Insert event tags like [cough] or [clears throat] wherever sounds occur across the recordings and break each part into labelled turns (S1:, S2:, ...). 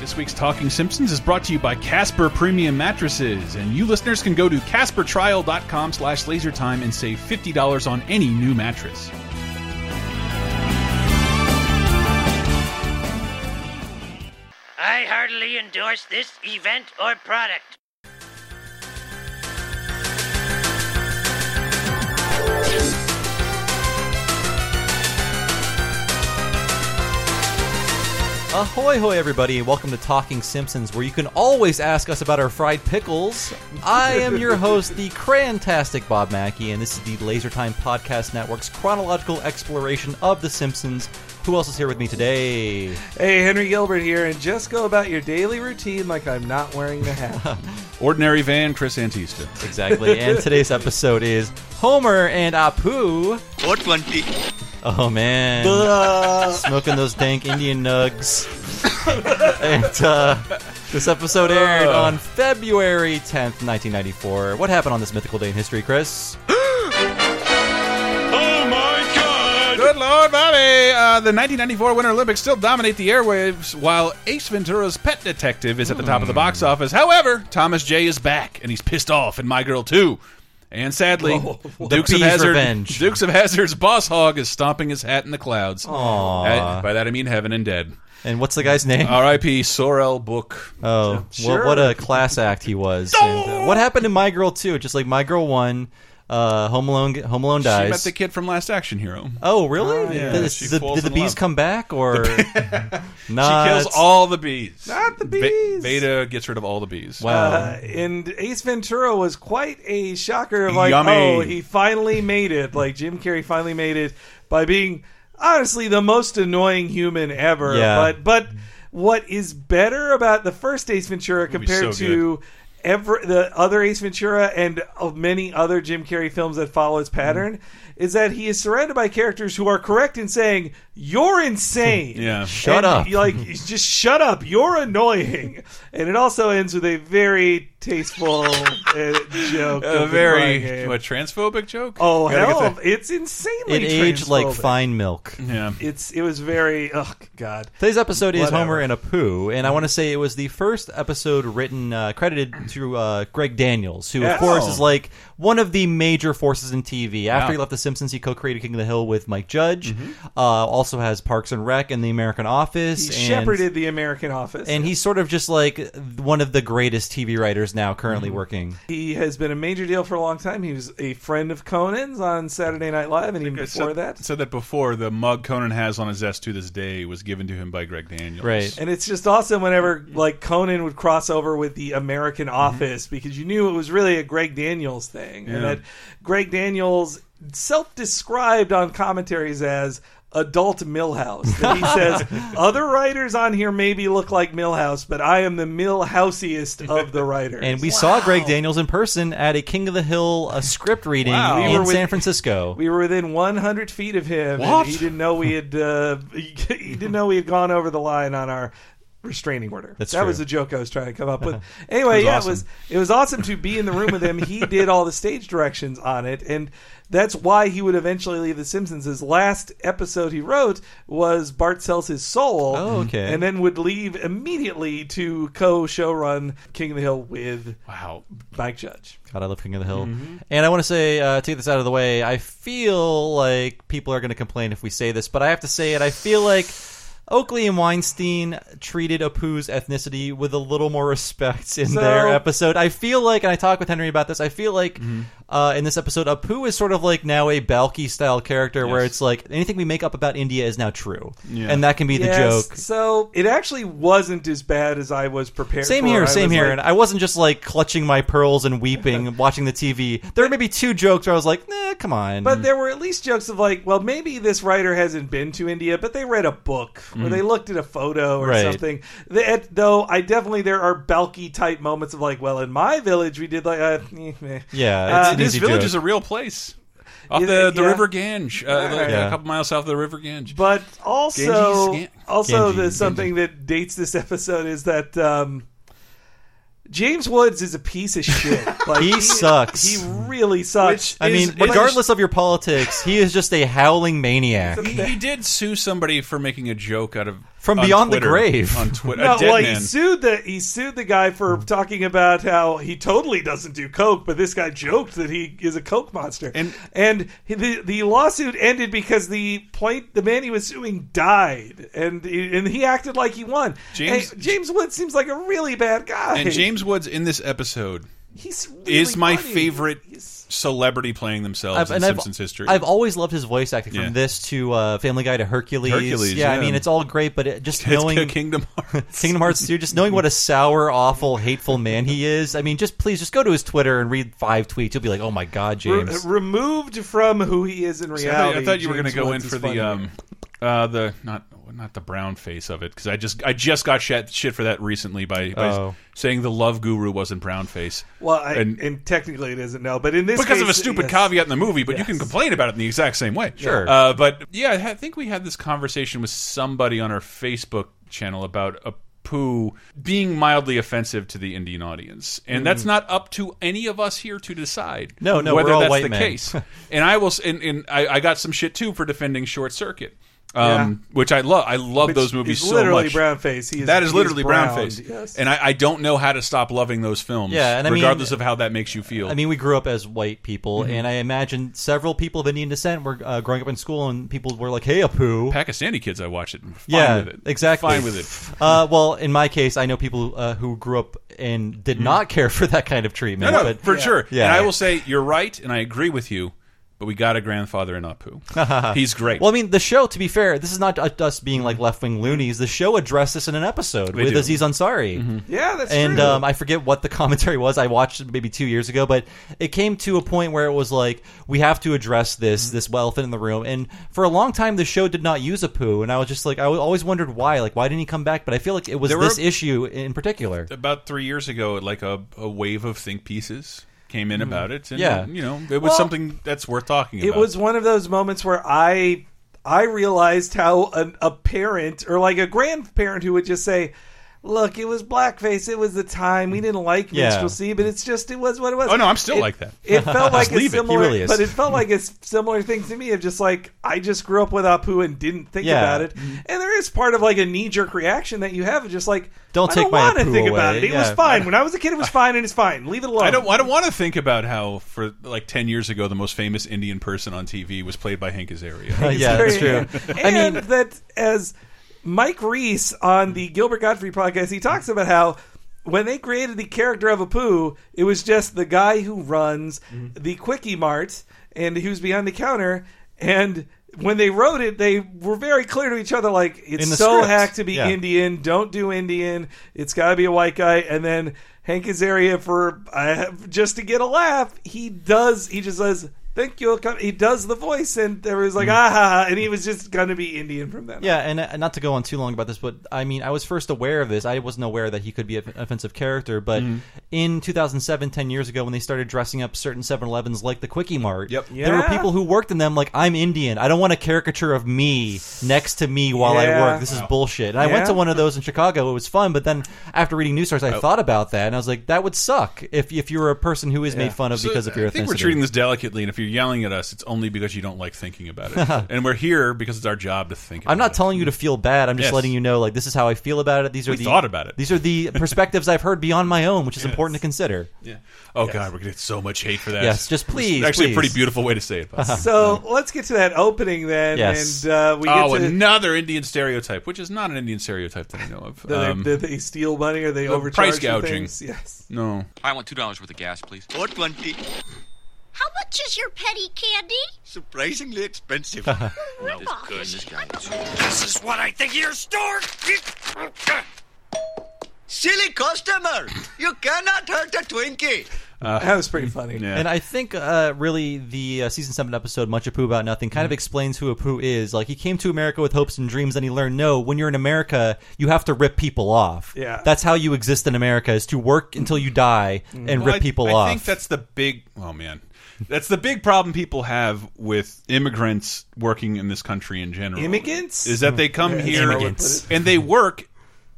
S1: This week's Talking Simpsons is brought to you by Casper Premium Mattresses, and you listeners can go to CasperTrial.com slash lasertime and save $50 on any new mattress.
S2: I heartily endorse this event or product.
S3: Ahoy, hoy, everybody, and welcome to Talking Simpsons, where you can always ask us about our fried pickles. I am your host, the crantastic Bob Mackey, and this is the Laser Time Podcast Network's chronological exploration of The Simpsons. Who else is here with me today?
S4: Hey, Henry Gilbert here, and just go about your daily routine like I'm not wearing the
S1: [laughs]
S4: hat.
S1: Ordinary Van Chris Antista.
S3: Exactly, and today's episode is Homer and Apu.
S5: What one tea?
S3: Oh man, smoking those dank Indian nugs. and uh, this episode aired on February 10th, 1994. What happened on this mythical day in history, Chris?
S1: Oh my god! Good lord, Bobby! Uh, the 1994 Winter Olympics still dominate the airwaves, while Ace Ventura's Pet Detective is at the top of the box office. However, Thomas J is back, and he's pissed off, and My Girl too. And sadly, Dukes
S3: The
S1: of
S3: bee's
S1: Hazard,
S3: revenge.
S1: Dukes of Hazard's boss hog is stomping his hat in the clouds. Uh, by that I mean heaven and dead.
S3: And what's the guy's [laughs] name?
S1: R.I.P. Sorel Book.
S3: Oh, what,
S4: Sure.
S3: what a class act he was. And, uh, what happened to My Girl 2? Just like My Girl 1, uh, Home Alone Home Alone
S1: She
S3: dies.
S1: met the kid from Last Action Hero.
S3: oh, really?
S1: yeah.
S3: Did-
S1: She
S3: did, the-
S1: falls
S3: did the
S1: in
S3: bees
S1: love.
S3: come back or
S1: She
S3: not?
S1: kills all the bees.
S4: Not the
S1: Be-
S4: bees.
S1: Beta gets rid of all the bees.
S3: Wow.
S4: Uh, and Ace Ventura was quite a shocker of like,
S1: Yummy.
S4: oh, he finally made it. Like Jim Carrey finally made it by being honestly the most annoying human ever.
S3: Yeah.
S4: But but what is better about the first Ace Ventura
S1: Movie's
S4: compared
S1: so
S4: to ever the other Ace Ventura and of many other Jim Carrey films that follow his
S1: Mm-hmm.
S4: pattern is that he is surrounded by characters who are correct in saying
S1: [laughs]
S4: you're insane.
S1: Yeah.
S3: Shut
S4: And,
S3: up.
S4: Like just shut up. You're annoying. And it also ends with a very tasteful uh, joke.
S1: A
S4: of the crying
S1: very
S4: game.
S1: what transphobic joke?
S4: Oh
S1: Gotta get
S4: hell!
S1: that-
S4: It's insanely.
S3: It aged like
S4: transphobic.
S3: fine milk.
S1: Yeah.
S4: It's it was very. Oh god.
S3: Today's episode is
S4: Whatever.
S3: Homer and a Pooh, and I want to say it was the first episode written uh, credited to uh, Greg Daniels, who
S4: Yeah.
S3: of course
S1: Oh.
S3: is like one of the major forces in TV. After
S1: Yeah.
S3: he left The Simpsons, he co-created King of the Hill with Mike Judge. Uh, also has Parks and Rec and The American Office.
S4: He
S3: and,
S4: shepherded the American office,
S3: and he's sort of just like one of the greatest TV writers now currently working.
S4: he has been a major deal for a long time. He was a friend of Conan's on Saturday Night Live, and even
S1: I
S4: before
S1: said,
S4: that.
S1: said that before. The mug Conan has on his desk to this day was given to him by Greg Daniels.
S3: Right.
S4: And it's just awesome whenever like Conan would cross over with the American
S3: Mm-hmm.
S4: Office because you knew it was really a Greg Daniels thing, and
S1: Yeah.
S4: that Greg Daniels self-described on commentaries as adult Millhouse. That he
S3: [laughs]
S4: says other writers on here maybe look like Millhouse, but I am the Millhouseiest of the writers.
S3: And we saw Greg Daniels in person at a King of the Hill uh script reading
S1: Wow. We
S3: in
S4: were with-
S3: San Francisco.
S4: we were within 100 feet of him,
S1: What?
S4: and he didn't know we had uh, [laughs] he didn't know we had gone over the line on our restraining order.
S3: That's
S4: that
S3: true.
S4: was the joke I was trying to come up with. Anyway, yeah, it was it was awesome to be in the room with him. He did all the stage directions on it, and that's why he would eventually leave The Simpsons. His last episode he wrote was Bart sells his soul.
S3: Oh, okay.
S4: And then would leave immediately to co-showrun King of the Hill with
S1: Wow.
S4: Mike Judge.
S3: God, I love King of the Hill.
S4: Mm-hmm.
S3: And I want to say, uh, to get this out of the way, I feel like people are going to complain if we say this, but I have to say it. I feel like Oakley and Weinstein treated Apu's ethnicity with a little more respect in
S4: So-
S3: their episode. I feel like, and I talked with Henry about this, I feel like
S4: Mm-hmm.
S3: uh, in this episode, Apu is sort of like now a Balky style character where
S1: Yes.
S3: it's like anything we make up about India is now true.
S1: Yeah.
S3: And that can be
S4: Yes,
S3: the joke.
S4: So it actually wasn't as bad as I was prepared.
S3: Same
S4: for. I
S3: here, same
S4: was
S3: here.
S4: like,
S3: and I wasn't just like clutching my pearls and weeping, [laughs] and watching the TV. There were maybe two jokes where I was like, nah, come on.
S4: but there were at least jokes of like, well, maybe this writer hasn't been to India, but they read a book or they looked at a photo or
S3: Mm. Right.
S4: something. That, though, I definitely there are Balky type moments of like, well, in my village we did like, uh, [laughs] eh, meh.
S3: yeah, it's
S4: Uh,
S3: an
S1: This
S3: easy
S1: village
S3: joke.
S1: is a real place. Off
S4: Is
S1: the,
S4: it?
S1: the
S4: Yeah.
S1: River Gange, uh, like
S3: Yeah.
S1: a couple miles south of the River Gange.
S4: But also,
S1: Ganges, Gan-
S4: also
S3: Ganges,
S4: the something that dates this episode is that um, James Woods is a piece
S3: [laughs]
S4: of shit. Like,
S3: He sucks.
S4: He really sucks.
S3: I mean,
S1: is- is-
S3: regardless of your politics, he is just a howling maniac.
S1: he, he did sue somebody for making a joke out of
S3: From
S1: on
S3: beyond the
S1: Twitter-
S3: grave.
S1: on
S4: [laughs]
S1: Twitter.
S4: No,
S1: a dead
S4: well, he
S1: man.
S4: sued the he sued the guy for talking about how he totally doesn't do coke, but this guy joked that he is a coke monster.
S1: And-
S4: and he- the the lawsuit ended because the plaint the man he was suing died, and he- and he acted like he won.
S1: James-
S4: Hey, James Wood seems like a really bad guy.
S1: And James Woods in this episode
S4: He's really
S1: is my
S4: funny.
S1: favorite
S4: He's-
S1: celebrity playing themselves in
S3: and
S1: Simpsons history.
S3: I've always loved his voice acting from
S1: Yeah.
S3: this to uh, Family Guy to Hercules.
S1: Hercules,
S3: yeah, I
S1: yeah.
S3: mean it's all great, but it, just
S1: [laughs] [laughs] it's
S3: knowing
S1: Kingdom
S3: [laughs]
S1: Hearts.
S3: Kingdom Hearts 2, just knowing what a sour, awful, hateful man he is. I mean, just please, just go to his Twitter and read five tweets. You'll be like, oh my god,
S4: re-
S3: James.
S4: removed from who he is in
S1: I thought,
S4: reality.
S1: I thought you were going
S4: James
S1: to go in
S4: Woods is
S1: for the
S4: funny.
S1: um, uh, the not not the brown face of it because I just I just got shit, shit for that recently by, by
S3: Oh.
S1: saying the love guru wasn't brown face.
S4: well, I,
S1: and-
S4: and, technically it isn't no, but in this
S1: because of a
S4: case,
S1: stupid
S4: yes.
S1: caveat in the movie, but you can
S4: Yes.
S1: complain about it in the exact same way.
S3: Sure.
S1: Uh, but yeah, I think we had this conversation with somebody on our Facebook channel about a poo being mildly offensive to the Indian audience, and that's not up to any of us here to decide.
S3: Mm. No, no,
S1: whether
S3: we're all
S1: that's
S3: white
S1: the
S3: men. [laughs]
S1: case. and I will. s- And, and I, I got some shit too for defending Short Circuit, um, which I love. I love
S4: Which
S1: those movies
S4: is
S1: so
S4: literally
S1: much.
S4: brown face. He is,
S1: That is
S4: he
S1: literally brown
S4: browned,
S1: face,
S4: yes.
S1: and I, I don't know how to stop loving those films.
S3: Yeah, and I mean-
S1: regardless of how that makes you feel.
S3: I mean, we grew up as white people,
S1: Mm-hmm.
S3: and I imagine several people of Indian descent were uh, growing up in school, and people were like, "Hey, Apu."
S1: Pakistani kids, I watch it. and Fine
S3: yeah,
S1: with it.
S3: exactly.
S1: Fine with
S3: [laughs]
S1: it.
S3: Uh, well, in my case, I know people uh, who grew up and did not care [laughs] for that kind of
S1: No,
S3: treatment.
S1: Mm-hmm. no,
S3: but
S1: for sure.
S3: Yeah.
S1: And I will say you're right, and I agree with you. But we got a grandfather in
S3: [laughs]
S1: Apu. He's great.
S3: Well, I mean, the show. To be fair, this is not us being like left wing loonies. The show addressed this in an episode
S1: Mm-hmm.
S3: with
S1: do. Mm-hmm.
S3: Aziz Ansari.
S4: Yeah, that's
S3: and
S4: true.
S3: um, I forget what the [laughs] commentary was. I watched it maybe two years ago, but it came to a point where it was like we have to address this this elephant in the room. And for a long time, the show did not use a poo, and I was just like, I always wondered why, like why didn't he come back? But I feel like it was
S1: There were-
S3: this issue in particular.
S1: About three years ago, like a, a wave of think pieces came in about it, and
S3: Mm-hmm. Yeah.
S1: you know it was
S4: Well,
S1: something that's worth talking about.
S4: it was one of those moments where I I realized how an, a parent or like a grandparent who would just say. Look, it was blackface. It was the time. We didn't like
S3: Yeah.
S4: minstrelsy, but it's just it was what it was.
S1: Oh, no, I'm still
S4: It-
S1: like that.
S3: [laughs]
S4: It felt like a
S3: leave it. He
S4: similar,
S3: really is.
S4: but it felt like a s- similar thing to me of just like I just grew up with Apu and didn't think
S3: Yeah.
S4: about it. And there is part of like a knee jerk reaction that you have of just like
S3: Don't
S4: I
S3: take
S4: don't
S3: my
S4: want to
S3: Apu
S4: think about
S3: away.
S4: it. It was
S3: Yeah. [laughs]
S4: fine when I was a kid. It was fine and it's fine. Leave it alone.
S1: I don't. I don't want to think about how for like ten years ago, the most famous Indian person on TV was played by Hank Azaria.
S3: [laughs] yeah, that's true.
S4: It's [laughs] very-
S3: I
S4: And
S3: mean,
S4: that as Mike Reese on the Gilbert Godfrey podcast, he talks about how when they created the character of Apu, it was just the guy who runs
S3: Mm-hmm.
S4: the Quickie Mart and who's behind the counter. And when they wrote it, they were very clear to each other, like it's
S3: In the
S4: so
S3: script.
S4: hack to be
S3: Yeah.
S4: Indian. Don't do Indian. It's got to be a white guy. And then Hank Azaria for uh, just to get a laugh, he does. He just says, "Thank you." Come. He does the voice, and everyone's like, "Ah!" ha, ha," And he was just going to be Indian from then. on.
S3: Yeah, and uh, not to go on too long about this, but I mean, I was first aware of this. I wasn't aware that he could be an offensive character, but
S4: Mm-hmm.
S3: in 2007, 10 years ago, when they started dressing up certain 7 Elevens like the Quickie Mart,
S1: Yep.
S3: there were
S4: Yeah.
S3: people who worked in them like, I'm Indian. I don't want a caricature of me next to me while I
S4: Yeah.
S3: work. This is bullshit. And I went
S4: Yeah. Oh.
S3: to one of those in Chicago. It was fun, but then after reading news stories, I thought about that, and I was like, that would suck if, if you were a person who is made fun of
S1: So,
S3: because of your
S1: I think
S3: ethnicity.
S1: we're treating this delicately, and if you're yelling at us, it's only because you don't like thinking about
S3: [laughs]
S1: it. and we're here because it's our job to think. About
S3: I'm not
S1: it.
S3: telling you to feel bad. I'm just
S1: Yes.
S3: letting you know, like, this is how I feel about it. These are
S1: We
S3: the
S1: thought about it.
S3: These
S1: [laughs]
S3: are the perspectives I've heard beyond my own, which is important to consider.
S1: Yeah. Oh God, we're gonna get so much hate for that.
S3: Yes, just please,
S1: Actually,
S3: please.
S1: a pretty beautiful way to say
S3: [laughs]
S1: it. Bob.
S4: So let's get to that opening then,
S3: Yes.
S4: and uh, we get
S1: oh,
S4: to
S1: another Indian stereotype, which is not an Indian stereotype that I know
S3: [laughs]
S1: of.
S4: the,
S1: Um,
S4: the- they steal money or they overcharge
S1: price
S4: for
S1: gouging.
S4: things. Yes.
S1: no,
S5: I want two dollars worth of gas, please.
S6: 420.
S7: How much is your petty candy?
S6: Surprisingly expensive.
S7: Rudolph.
S2: This is what I think of your store.
S6: Silly customer! You cannot hurt a Twinkie!
S4: that was pretty funny.
S1: yeah.
S3: And I think uh, really the uh, season seven episode "Much Apu About Nothing" kind
S1: Mm-hmm.
S3: of explains who Apu is. Like he came to America with hopes and dreams, and he learned no. When you're in America, you have to rip people off.
S4: Yeah.
S3: that's how you exist in America: is to work until you die and
S1: Mm-hmm.
S3: rip
S1: Well, I-
S3: people
S1: I
S3: off.
S1: think that's the big. Oh man, that's the big problem people have with immigrants working in this country in general.
S4: Immigrants?
S1: is that they come here
S3: Immigrants.
S1: and they work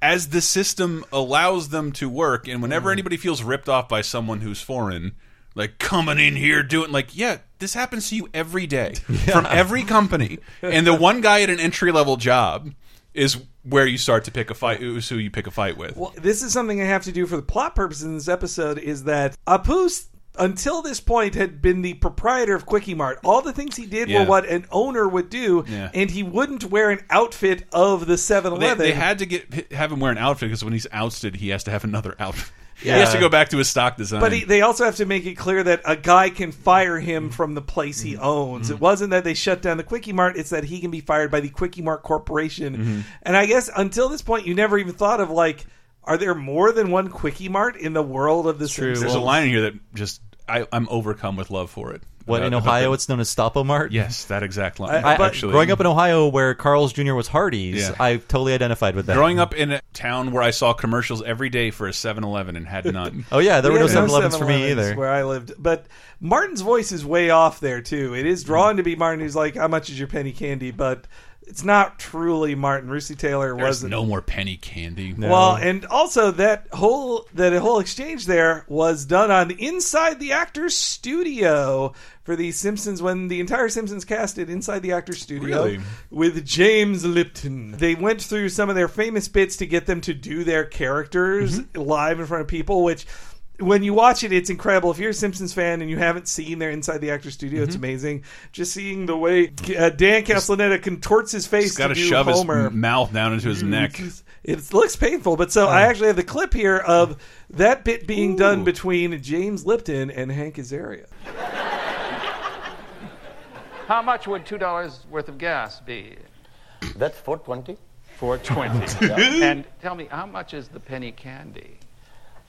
S1: as the system allows them to work, and whenever
S4: Mm.
S1: anybody feels ripped off by someone who's foreign. Like coming in here doing like yeah, this
S4: [laughs]
S1: happens to you every day from every company, and the one guy at an entry level job is where you start to pick a fight. Is who you pick a fight with.
S4: Well, this is something I have to do for the plot purposes in this episode is that Apu s- until this point had been the proprietor of Quickie Mart. All the things he did
S1: Yeah.
S4: were what an owner would do,
S1: Yeah.
S4: and he wouldn't wear an outfit of the 7-Eleven.
S1: they, they had to get have him wear an outfit because when he's ousted, he has to have another outfit. [laughs] He has to go back to his stock design.
S4: But he, they also have to make it clear that a guy can fire him from the place he
S1: Mm-hmm.
S4: owns. It wasn't that they shut down the Quickie Mart; it's that he can be fired by the Quickie Mart Corporation.
S1: Mm-hmm.
S4: And I guess until this point, you never even thought of like, are there more than one Quickie Mart in the world of the Simpsons?
S1: There's a line in here that just I, I'm overcome with love for it.
S3: What in
S1: About- about
S3: Ohio
S1: the-
S3: it's known as Stoppo Mart.
S1: yes, that exact line.
S4: I-
S3: I,
S4: but-
S1: actually,
S3: growing up in Ohio, where Carl's Jr. was Hardee's,
S1: Yeah.
S3: I totally identified with that.
S1: growing up in a town where I saw commercials every day for a 7-Eleven and had none.
S3: oh yeah, there were no 7-Elevens for
S4: 7-Elevens
S3: me either.
S4: Where I lived, but Martin's voice is way off there too. It
S3: Mm-hmm.
S4: is drawn to be Martin, who's like, "How much is your penny candy?" But it's not truly Martin. Rusty Taylor
S1: There's
S4: wasn't.
S1: no more penny candy.
S4: Well, and also that whole that whole exchange there was done on inside the actor's studio for the Simpsons when the entire Simpsons cast did inside the actor's studio
S1: Really?
S4: with James Lipton. They went through some of their famous bits to get them to do their characters
S1: Mm-hmm.
S4: live in front of people, which when you watch it, it's incredible. If you're a Simpsons fan and you haven't seen their Inside the Actor Studio, it's
S1: Mm-hmm.
S4: amazing. Just seeing the way uh, Dan Castellaneta contorts his face
S1: He's got
S4: to
S1: to
S4: do
S1: shove
S4: Homer.
S1: his mouth down into his neck.
S4: It looks painful, but so I actually have the clip here of that bit being done between James Lipton and Hank Azaria.
S5: How much would two dollars worth of gas be?
S8: That's 420.
S5: Four twenty. [laughs] and tell me, how much is the penny candy?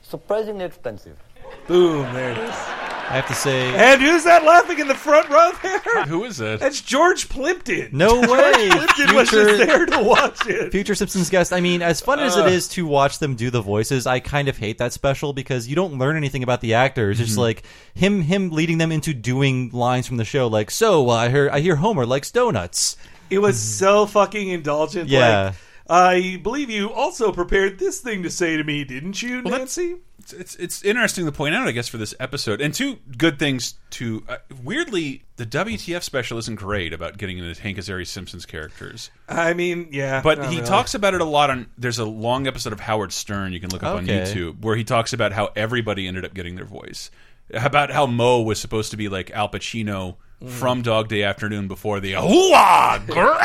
S8: Surprisingly expensive.
S4: Boom, there it is.
S3: I have to
S4: [laughs]
S3: say,
S4: And who's that laughing in the front row there?
S1: Who is that?
S4: That's George Plimpton. [laughs]
S3: no way.
S4: Plimpton was
S3: Future-
S4: just there to watch it.
S3: Future Simpsons guest. I mean, as fun as it is to watch them do the voices, I kind of hate that special because you don't learn anything about the actors. It's just
S4: Mm-hmm.
S3: like him him leading them into doing lines from the show, like so. Uh, I hear I hear Homer likes donuts.
S4: It was so fucking indulgent.
S3: Yeah.
S4: Like, I believe you also prepared this thing to say to me, didn't you,
S1: Well, that's-
S4: Nancy?
S1: It's, it's it's interesting to point out, I guess, for this episode, and two good things to uh, weirdly, the WTF special isn't great about getting into Hank Azaria Simpson's characters,
S4: I mean, yeah.
S1: but
S4: not
S1: he
S4: really.
S1: talks about it a lot on. There's a long episode of Howard Stern you can look up on
S3: Okay.
S1: YouTube where he talks about how everybody ended up getting their voice, about how Mo was supposed to be like Al Pacino.
S4: Mm.
S1: From Dog Day Afternoon before the Ahua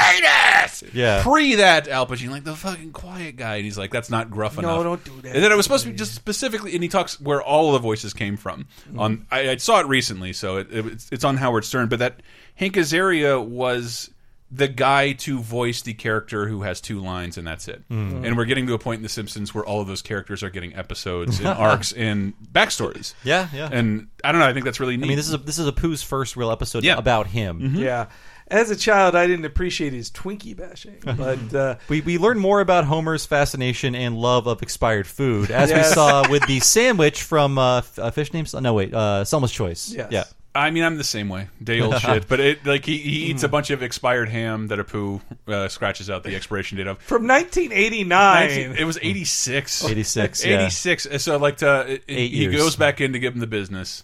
S1: greatest,
S3: Yeah.
S1: Pre that Al Pacino, like the fucking quiet guy, and he's like, "That's not gruff enough."
S4: don't do that.
S1: And then it was supposed to be just specifically, and he talks where all the voices came from.
S3: Mm-hmm.
S1: On I, I saw it recently, so it, it, it's- it's on Howard Stern. But that Hank Azaria was the guy to voice the character who has two lines, and that's it.
S3: Mm.
S1: And we're getting to a point in The Simpsons where all of those characters are getting episodes and
S3: [laughs]
S1: arcs and backstories.
S3: Yeah, yeah.
S1: And I don't know. I think that's really neat.
S3: I mean, this is a, this is a Pooh's first real episode
S1: Yeah.
S3: about him.
S4: Yeah. As a child, I didn't appreciate his
S3: [laughs]
S4: Twinkie bashing, but uh,
S3: We, we learned more about Homer's fascination and love of expired food, as
S4: Yes.
S3: we saw with the sandwich from uh, F- uh, Fish Names. No, wait, uh, Selma's Choice.
S4: Yes.
S3: Yeah.
S1: I mean, I'm the same way, day
S3: [laughs]
S1: old shit. But it like he, he eats
S3: Mm.
S1: a bunch of expired ham that Apu uh, scratches
S3: [laughs]
S1: out the expiration date of.
S4: from 1989.
S1: 19 it was 86
S3: [laughs] 86, yeah.
S1: 86 so like to, it,
S3: Eight
S1: he
S3: years.
S1: goes back in to give him the business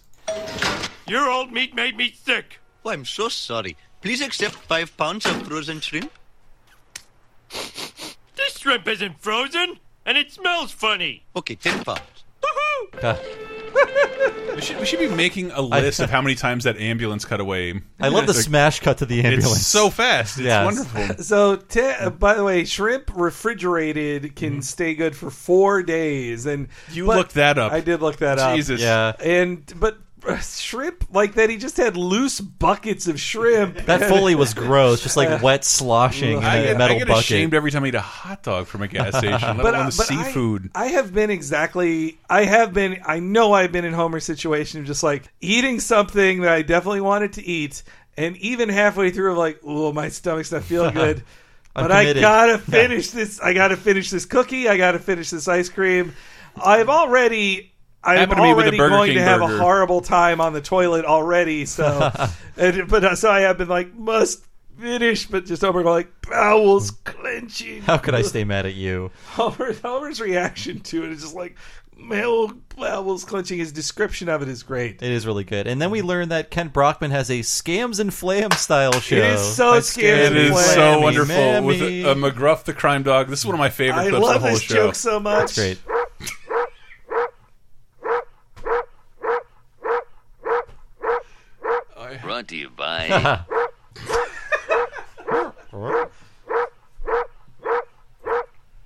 S6: Your old meat made me sick.
S8: Oh, I'm so sorry. Please accept five pounds of frozen shrimp.
S6: This shrimp isn't frozen, and it smells funny.
S8: Okay, 10 pounds.
S1: we should, we should be making a list
S3: [laughs]
S1: of how many times that ambulance cut away
S3: I love the
S1: Like,
S3: smash cut to the
S1: it's
S3: ambulance.
S1: so fast it's
S3: Yes. [laughs]
S1: wonderful
S4: So, te- uh, by the way, shrimp refrigerated can stay good for four days, and
S1: Mm-hmm. You
S4: but-
S1: looked that up.
S4: I did look that up.
S1: Jesus.
S3: yeah.
S4: And but uh, shrimp like that, he just had loose buckets of shrimp.
S3: That Foley was gross, just like wet sloshing in
S1: I
S3: a
S1: get, I
S3: metal
S1: get
S3: bucket.
S1: ashamed every time I eat a hot dog from a
S3: [laughs]
S1: gas station let
S4: but,
S1: alone
S4: uh,
S1: the
S4: but
S1: seafood
S4: I, I have been exactly. I have been. I know I've been in Homer's situation of just like eating something that I definitely wanted to eat, and even halfway through, I'm like, "Oh, my stomach's not
S1: [laughs]
S4: feeling good."
S3: I'm
S4: But I
S3: committed.
S4: gotta finish this. I gotta finish this cookie. I gotta finish this ice cream. I've already. I'm
S1: Happened to me with the
S4: already
S1: Burger
S4: going
S1: King
S4: to have
S1: burger. [laughs]
S4: a horrible time on the toilet already. So, and, but uh, so I have been like, must Finish, but just Homer going like bowels
S1: [laughs]
S4: clenching.
S3: How could I stay mad at you?
S4: Homer, Homer's reaction to it is just like male bowels clenching. His description of it is great.
S3: It is really good. And then we learn that Kent Brockman has a scams and flams style show.
S4: is so
S3: By
S4: scams
S1: It
S4: and
S1: is
S4: Mammy,
S1: so wonderful
S3: Mammy.
S1: with uh, McGruff the crime dog. This is one of my favorite
S4: I
S1: clips of
S4: love
S1: the whole
S4: this
S1: show.
S4: joke so
S3: That's
S4: much.
S3: great.
S8: Brought to you by.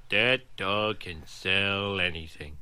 S2: That dog can sell anything.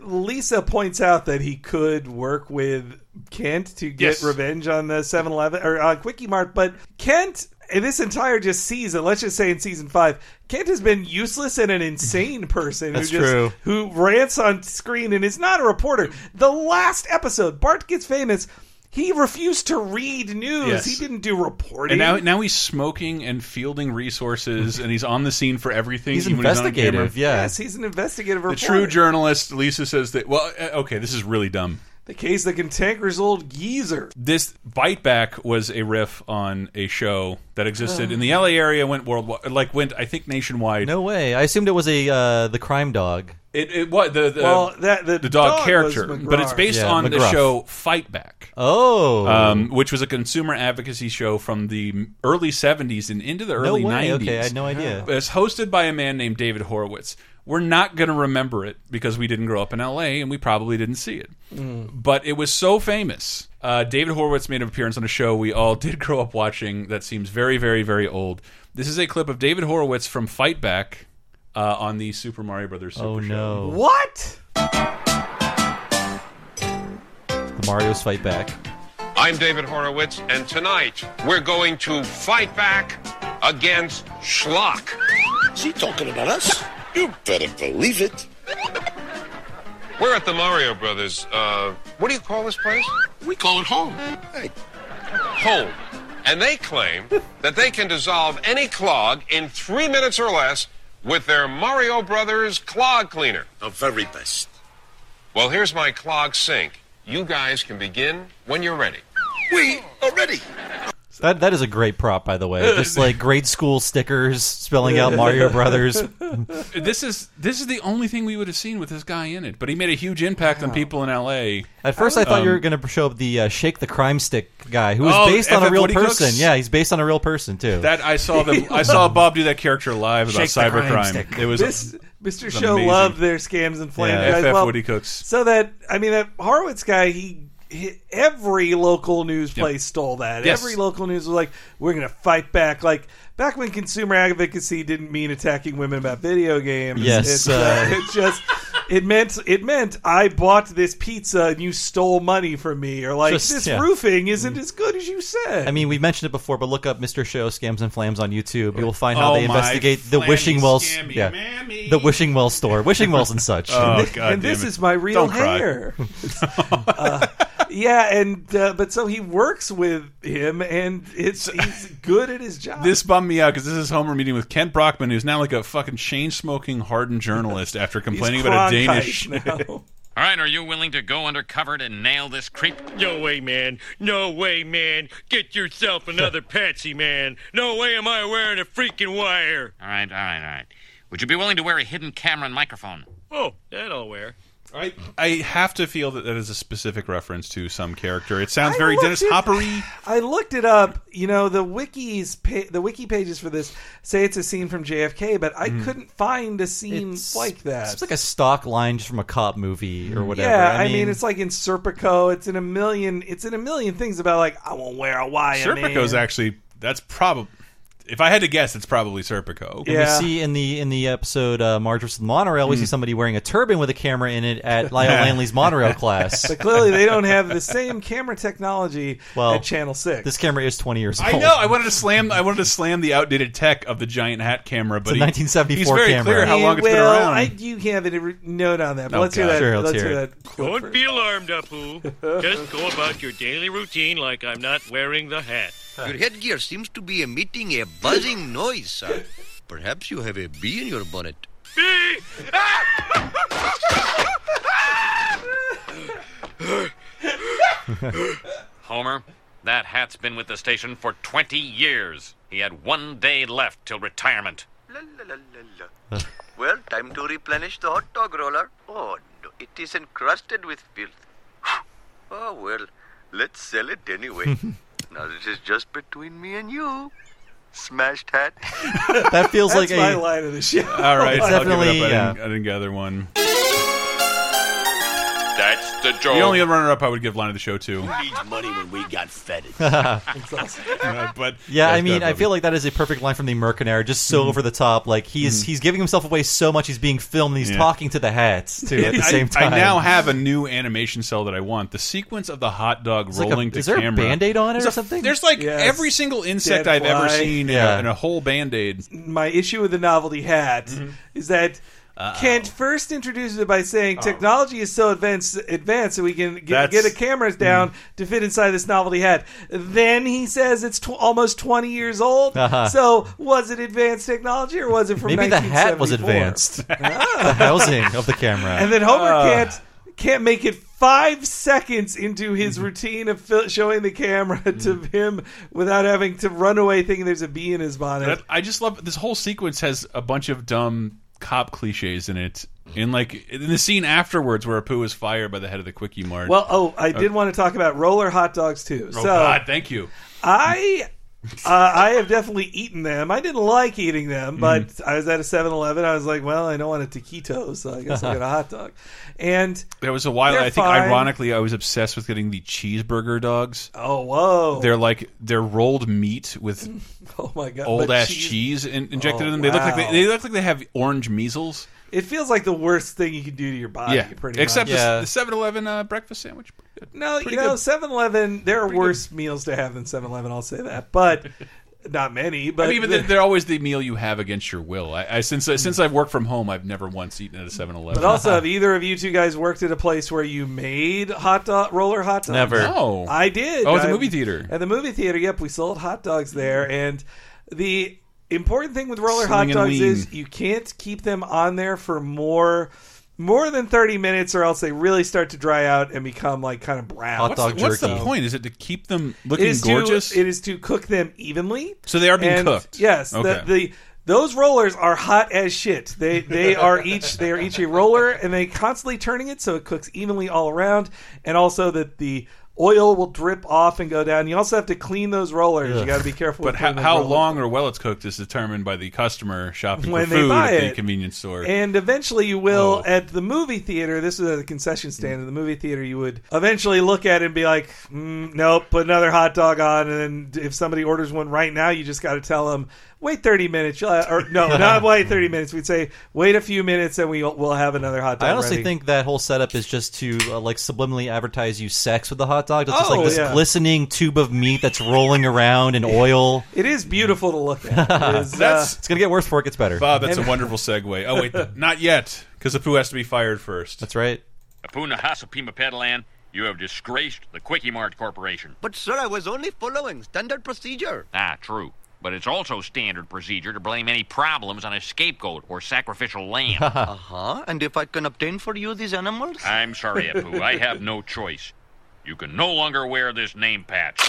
S4: Lisa points out that he could work with Kent to get
S1: Yes.
S4: revenge on the 7-Eleven or on Quickie Mart, but Kent in this entire just season, let's just say in season five, Kent has been useless and an insane person
S3: That's
S4: who just
S3: true.
S4: who rants on screen and is not a reporter. The last episode, Bart gets famous. He refused to read news.
S1: Yes.
S4: He didn't do reporting.
S1: And now, now he's smoking and fielding resources, and he's on the scene for everything.
S3: He's
S1: even when on camera.
S3: investigative. Yeah.
S4: yes, he's an investigative
S1: The
S4: reporter.
S1: true journalist, Lisa says that. Well, uh, okay, this is really dumb.
S4: The case, the cantankerous old geezer.
S1: This bite back was a riff on a show that existed in the LA area, went worldwide, like went I think nationwide.
S3: No way. I assumed it was a uh, the crime dog.
S1: it, it was the, the
S4: Well, that the,
S1: the dog,
S4: was
S1: character, but it's
S4: McGraw.
S1: based
S3: Yeah,
S1: on the
S3: McGruff.
S1: show Fight Back.
S3: Oh.
S4: Uh,
S1: Um, which was a consumer advocacy show from the early 70s and into the
S3: no
S1: early
S3: way.
S1: 90s.
S3: Okay, I had no idea.
S1: It's hosted by a man named David Horowitz. We're not going to remember it because we didn't grow up in LA and we probably didn't see it.
S3: Mm.
S1: But it was so famous. Uh, David Horowitz made an appearance on a show we all [laughs] did grow up watching that seems very, very, very old. This is a clip of David Horowitz from Fight Back uh, on the Super Mario Brothers Super
S3: Oh
S1: Show.
S3: no.
S4: What?
S3: The Mario's fight back.
S9: I'm David Horowitz, and tonight we're going to fight back against schlock.
S6: Is he talking about us? You better believe it.
S9: We're at the Mario Brothers. Uh, what do you call this place?
S6: We call it home. Hey,
S9: Home. And they claim that they can dissolve any clog in three minutes or less with their Mario Brothers clog cleaner.
S6: the very best.
S9: Well, here's my clog sink. You guys can begin when you're ready.
S6: We are ready.
S3: That that is a great prop, by
S1: [laughs]
S3: the way. Just like grade school stickers spelling out Mario Brothers.
S1: This is this is the only thing we would have seen with this guy in it, but he made a huge impact on people in LA.
S3: At first, I thought you were going to show up the uh, Shake the Crime Stick guy, who was
S1: Um, Oh,
S3: based on a
S1: FF
S3: real
S1: Woody Cooks?
S3: person. Yeah, he's based on a real person too.
S1: That I
S3: [laughs]
S1: saw them. I saw Bob do that character live about
S3: Shake the crime
S1: cybercrime.
S3: stick.
S1: It was
S4: This Mr.
S1: It's
S4: Show
S1: amazing.
S4: loved their scams and flames.
S3: Yeah.
S4: guys.
S1: FF
S4: Well,
S1: Woody Cooks.
S4: So that I mean that Horowitz guy, he, he every local news place stole that.
S1: Yes.
S4: Every local news was like, "We're going to fight back." Like back when consumer advocacy didn't mean attacking women about video games.
S3: Yes,
S4: it's,
S3: uh,
S4: [laughs] it just. It meant it meant I bought this pizza and you stole money from me, or like
S3: Just-
S4: this
S3: yeah.
S4: roofing isn't as good as you said.
S3: I mean, we mentioned it before, but look up Mr. Show scams and flams on YouTube. You'll find how
S1: Oh,
S3: they
S1: my
S3: investigate the
S1: flammy,
S3: wishing well,
S1: scammy
S3: yeah,
S1: mammy.
S3: the wishing well store, wishing wells and such.
S1: [laughs] Oh god!
S4: and this
S1: damn it.
S4: is my real
S1: Don't cry. [laughs]
S4: hair. Uh, yeah, and uh, but so he works with him, and it's he's good at his job.
S1: This bummed me out because this is Homer meeting with Kent Brockman, who's now like a fucking chain smoking hardened
S4: [laughs]
S1: journalist after
S4: He's
S1: complaining about a
S4: [laughs]
S1: Danish.
S4: Cronkite now.
S10: All right, are you willing to go undercover to nail this creep?
S2: No way, man. No way, man. Get yourself another patsy, man. No way am I wearing a freaking wire.
S10: All right, all right, all right. Would you be willing to wear a hidden camera and microphone?
S2: Oh, that I'll wear.
S1: I, I have to feel that that is a specific reference to some character. It sounds
S4: I
S1: very
S4: looked
S1: Dennis
S4: it-
S1: Hoppery.
S4: I looked it up. You know, the wikis, pa- the wiki pages for this say it's a scene from JFK, but I
S1: Hmm.
S4: couldn't find a scene like that. Mm.
S3: It's like a stock line just from a cop movie or whatever.
S4: yeah, I mean, it's like in Serpico. It's in a million. It's in a million things about like [laughs] I won't wear a wire.
S1: Serpico's
S4: man.
S1: actually that's probably. If I had to guess, it's probably Serpico.
S3: And
S4: Yeah.
S3: We see in the in the episode uh, Marge vs. the Monorail,
S1: Hmm.
S3: we see somebody wearing a turban with a camera in it at
S1: [laughs]
S3: Lyle Lanley's monorail class.
S4: But clearly, they don't have the same camera technology
S3: Well,
S4: at Channel Six.
S3: this camera is twenty years old.
S1: I know. I wanted to slam. I wanted to slam the outdated tech of the giant hat camera, but
S3: a
S1: he-
S3: 1974
S1: he's very
S3: camera.
S1: clear how long it's been
S4: well,
S1: around.
S4: I do have a re- note on that, but
S1: Oh,
S4: let's hear
S1: God.
S4: that.
S3: Sure, let's
S4: let's
S3: hear
S4: hear
S3: it.
S4: that. clip
S2: Don't
S4: first.
S2: be alarmed, Apu. Just go about your daily routine like I'm not wearing the hat.
S8: Your headgear seems to be emitting a buzzing noise, sir. Perhaps you have a bee in your bonnet.
S2: Bee!
S10: Homer, That hat's been with the station for 20 years. He had one day left till retirement.
S6: [laughs] Well, time to replenish the hot dog roller. Oh, no, it is encrusted with filth. [sighs] Oh, well, let's sell it
S11: [laughs]
S6: anyway. now, this is just between me and you. Smashed hat.
S3: [laughs] That feels like a
S1: All right,
S3: It's
S1: I'll give it up.
S3: definitely
S1: I, didn't, I didn't gather one.
S11: That's the joke.
S1: The only runner-up I would give line of the show to.
S11: needs money when we got feted.
S1: Uh, but
S3: Yeah, I
S1: that's
S3: mean,
S1: that
S3: I
S1: movie.
S3: feel like that is a perfect line from the Mercanary, just so
S1: Mhm.
S3: over the top. Like he's
S1: Mhm.
S3: he's giving himself away so much. He's being filmed. and He's
S1: Yeah.
S3: talking to the hats too at
S1: [laughs]
S3: the
S1: I-
S3: same time.
S1: I now have a new animation cell that I want. The sequence of the hot dog
S3: It's like a-
S1: rolling to
S3: is there a
S1: camera.
S3: Band-Aid on it
S1: There's
S3: or
S1: a-
S3: something?
S1: There's like
S4: Yes.
S1: every single insect
S4: Dead
S1: I've ever
S4: fly. Mm.
S1: seen
S4: Yeah.
S1: in, a, in a whole band aid.
S4: [laughs] my issue with the novelty hat is that Kent first introduces it by saying technology is so advanced, advanced that we can get,
S1: That's-
S4: get a camera down to fit inside this novelty hat. Then he says it's tw- almost 20 years old.
S3: Uh-huh.
S4: So was it advanced technology or was it from
S3: Maybe the hat was
S4: 1974?
S1: [laughs]
S3: advanced. the housing of the camera.
S4: And then Homer
S3: Uh.
S4: can't can't make it five seconds into his
S1: Mm-hmm.
S4: routine of fil- showing the camera [laughs] to him without having to run away thinking there's a bee in his bonnet.
S1: But I just love this whole sequence has a bunch of dumb cop cliches in it. And like in the scene afterwards where Apu is fired by the head of the Quickie Mart.
S4: Well, oh, I did
S1: Uh,
S4: want to talk about roller hot dogs too.
S1: Oh
S4: so
S1: God, thank you.
S4: I. uh, I have definitely eaten them. I didn't like eating
S1: Mm-hmm.
S4: them, but I was at a 7-Eleven. I was like, well, I don't want a taquito, so I guess I'll get a hot dog. And
S1: There was a while
S4: They're
S1: I think
S4: fine.
S1: ironically I was obsessed with getting the cheeseburger dogs.
S4: Oh whoa.
S1: They're like they're rolled meat with
S4: oh my god,
S1: old
S4: but
S1: ass cheese, in, injected
S4: Oh,
S1: in them. They look like
S4: wow.
S1: they, they look like they have orange measles.
S4: It feels like the worst thing you can do to your body.
S1: yeah,
S4: pretty
S1: except
S4: much.
S1: the 7-Eleven uh, breakfast sandwich.
S4: No,
S1: Pretty
S4: you know,
S1: good.
S4: 7 Eleven, there are worse meals to have than 7 Eleven, I'll say that.
S1: [laughs]
S4: But not many.
S1: I
S4: But
S1: mean, but they're, they're always the meal you have against your will. I, I since I, since I've worked from home, I've never once eaten at a 7-Eleven. [laughs]
S4: But also, have either of you two guys worked at a place where you made hot dog roller hot dogs?
S1: Never. No.
S4: I did.
S1: Oh, at the
S4: I-
S1: movie theater. Mm-hmm.
S4: At the movie theater, yep, we sold hot dogs there, and the important thing with roller
S1: Slinging
S4: hot dogs
S1: lean.
S4: is you can't keep them on there for more. More than thirty minutes, or else they really start to dry out and become like kind of brown.
S1: What's the, what's the point? Is it to keep them
S4: It
S1: looking
S4: is to-
S1: gorgeous?
S4: it is to cook them evenly.
S1: So they are being
S4: And,
S1: cooked.
S4: Yes.
S1: Okay.
S4: The, the those rollers are hot as shit.
S1: [laughs]
S4: They they are each they are each a roller and they constantly turning it so it cooks evenly all around and also that the oil will drip off and go down. You also have to clean those rollers. You got to be careful.
S1: But
S4: with
S1: how,
S4: cleaning those
S1: how
S4: rollers.
S1: long or well it's cooked is determined by the customer shopping
S4: When
S1: for
S4: they
S1: food
S4: buy
S1: at the
S4: it.
S1: convenience store.
S4: And eventually you
S3: Oh.
S4: will at the movie theater. This is at the concession
S3: Mm.
S4: stand in the movie theater. You would eventually look at it and be like, mm, "Nope, put another hot dog on." And then if somebody orders one right now, you just got to tell them, "Wait thirty minutes." You'll ha- Or
S3: [laughs]
S4: no, not wait thirty minutes. We'd say, "Wait a few minutes, and we will have another hot dog."
S3: I honestly
S4: ready."
S3: think that whole setup is just to uh, like subliminally advertise you sex with the hot dog. It's just
S4: Oh,
S3: like this
S4: yeah.
S3: glistening tube of meat that's rolling around in oil.
S4: it is beautiful to look at.
S3: [laughs]
S4: It is, uh,
S1: That's-
S3: it's gonna get worse before it gets better.
S1: Bob, that's
S4: [laughs]
S1: a wonderful segue. Oh wait, not yet, because Apu has to be fired first. That's
S3: right.
S10: Apuna Hasapima Petalan, you have disgraced the Quickie Mart Corporation.
S6: But, sir, I was only following standard procedure.
S10: Ah, true. But it's also standard procedure to blame any problems on a scapegoat or
S2: [laughs]
S10: sacrificial lamb.
S6: uh huh. And if I can obtain for you these animals?
S10: I'm sorry, Apu. I have no choice. You can no longer wear this
S2: [gasps]
S10: name patch.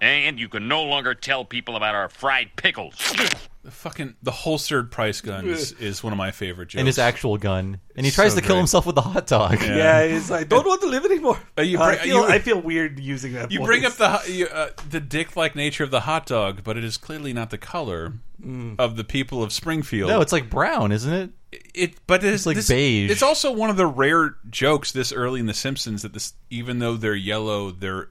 S10: and you can no longer tell people about our fried pickles.
S1: The fucking the holstered price gun
S4: [laughs]
S1: is, is one of my favorite jokes.
S3: And his actual gun, and he tries
S1: So
S3: to kill
S1: great.
S3: himself with the hot dog.
S1: Yeah.
S4: yeah, it's like don't want to live anymore.
S1: Uh, you
S4: I
S1: bring-
S4: feel
S1: you-
S4: I feel weird using that.
S1: You
S4: voice.
S1: bring up the ho- you, uh, the dick like nature of the hot dog, but it is clearly not the color of the people of Springfield.
S3: [laughs] No, it's like brown, isn't it?
S1: It, but it's,
S3: like
S1: this-
S3: beige.
S1: It's also one of the rare jokes this early in The Simpsons that this, even though they're yellow, they're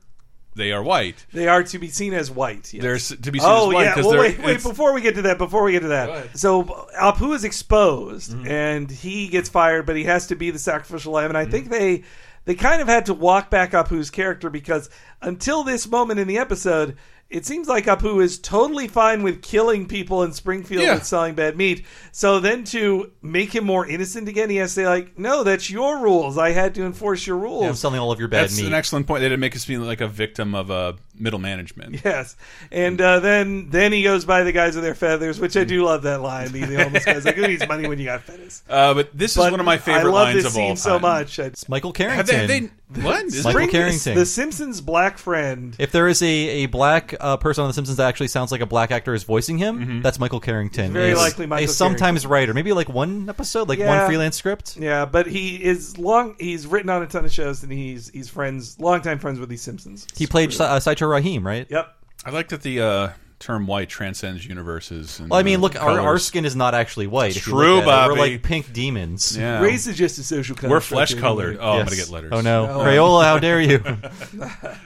S1: they are white.
S4: They are to be seen as white. Yes.
S1: They're s- to be seen
S4: oh,
S1: as white,
S4: yeah.
S1: 'cause
S4: Well,
S1: they're-
S4: wait, wait.
S1: it's-
S4: Before we get to that, before we get to that, so Apu is exposed
S1: Mm-hmm.
S4: and he gets fired, but he has to be the sacrificial lamb.
S1: Mm-hmm.
S4: And I think they they kind of had to walk back Apu's character because until this moment in the episode. It seems like Apu is totally fine with killing people in Springfield
S1: Yeah.
S4: and selling bad meat. So then to make him more innocent again, he has to say like, "No, that's your rules. I had to enforce your rules."
S3: I'm selling all of your bad
S1: That's
S3: meat.
S1: an excellent point. They didn't make us feel like a victim of uh, middle management.
S4: Yes, and uh, then then he goes by the guys with their feathers, which I do love that line. The, the homeless guy's like, "Who needs money when you got feathers?"
S1: [laughs] Uh, but Mm. this is
S4: But
S1: one of my favorite
S4: I love
S1: lines
S4: this
S1: of all
S4: scene so
S1: time.
S4: much. I-
S3: It's Michael
S1: Have
S3: Carrington.
S1: they, they What?
S3: Is Michael
S4: Bring
S3: Carrington.
S4: The Simpsons black friend.
S3: If there is a, a black uh, person on The Simpsons that actually sounds like a black actor is voicing him, that's Michael Carrington.
S4: It's very
S3: He's
S4: likely Michael
S3: a sometimes writer, maybe like one episode, like one
S4: Yeah.
S3: freelance script.
S4: Yeah, but he is long. He's written on a ton of shows, and he's he's friends, longtime friends with the Simpsons.
S3: He played Sa- uh, Sideshow Rahim, right?
S4: Yep.
S1: I like that the uh, term white transcends universes. And
S3: Well, I mean, look, our, our
S1: colors.
S3: skin is not actually white.
S1: It's
S3: if you
S1: true,
S3: look at it.
S1: Bobby.
S3: We're like pink demons.
S1: Yeah.
S4: Race is just a social construct.
S1: We're flesh colored. Oh, I'm
S3: Yes.
S1: gonna get letters.
S3: Oh, no. No. Crayola, how dare
S1: [laughs]
S3: you.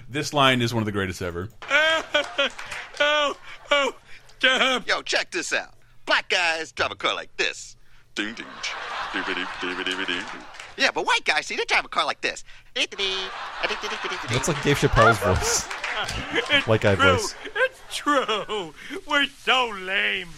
S1: this line is one of the greatest ever.
S11: oh, oh,
S6: Oh,
S11: Yo, check this out. Black guys drive a car like this. Ding, ding, ding, ding, ding, ding, ding, ding. Yeah, but white guys, see, they drive a car like this.
S3: That's like Dave Chappelle's
S1: [laughs]
S3: voice.
S2: It's
S3: White guy
S2: true.
S3: voice.
S2: It's true. We're so lame.
S3: I-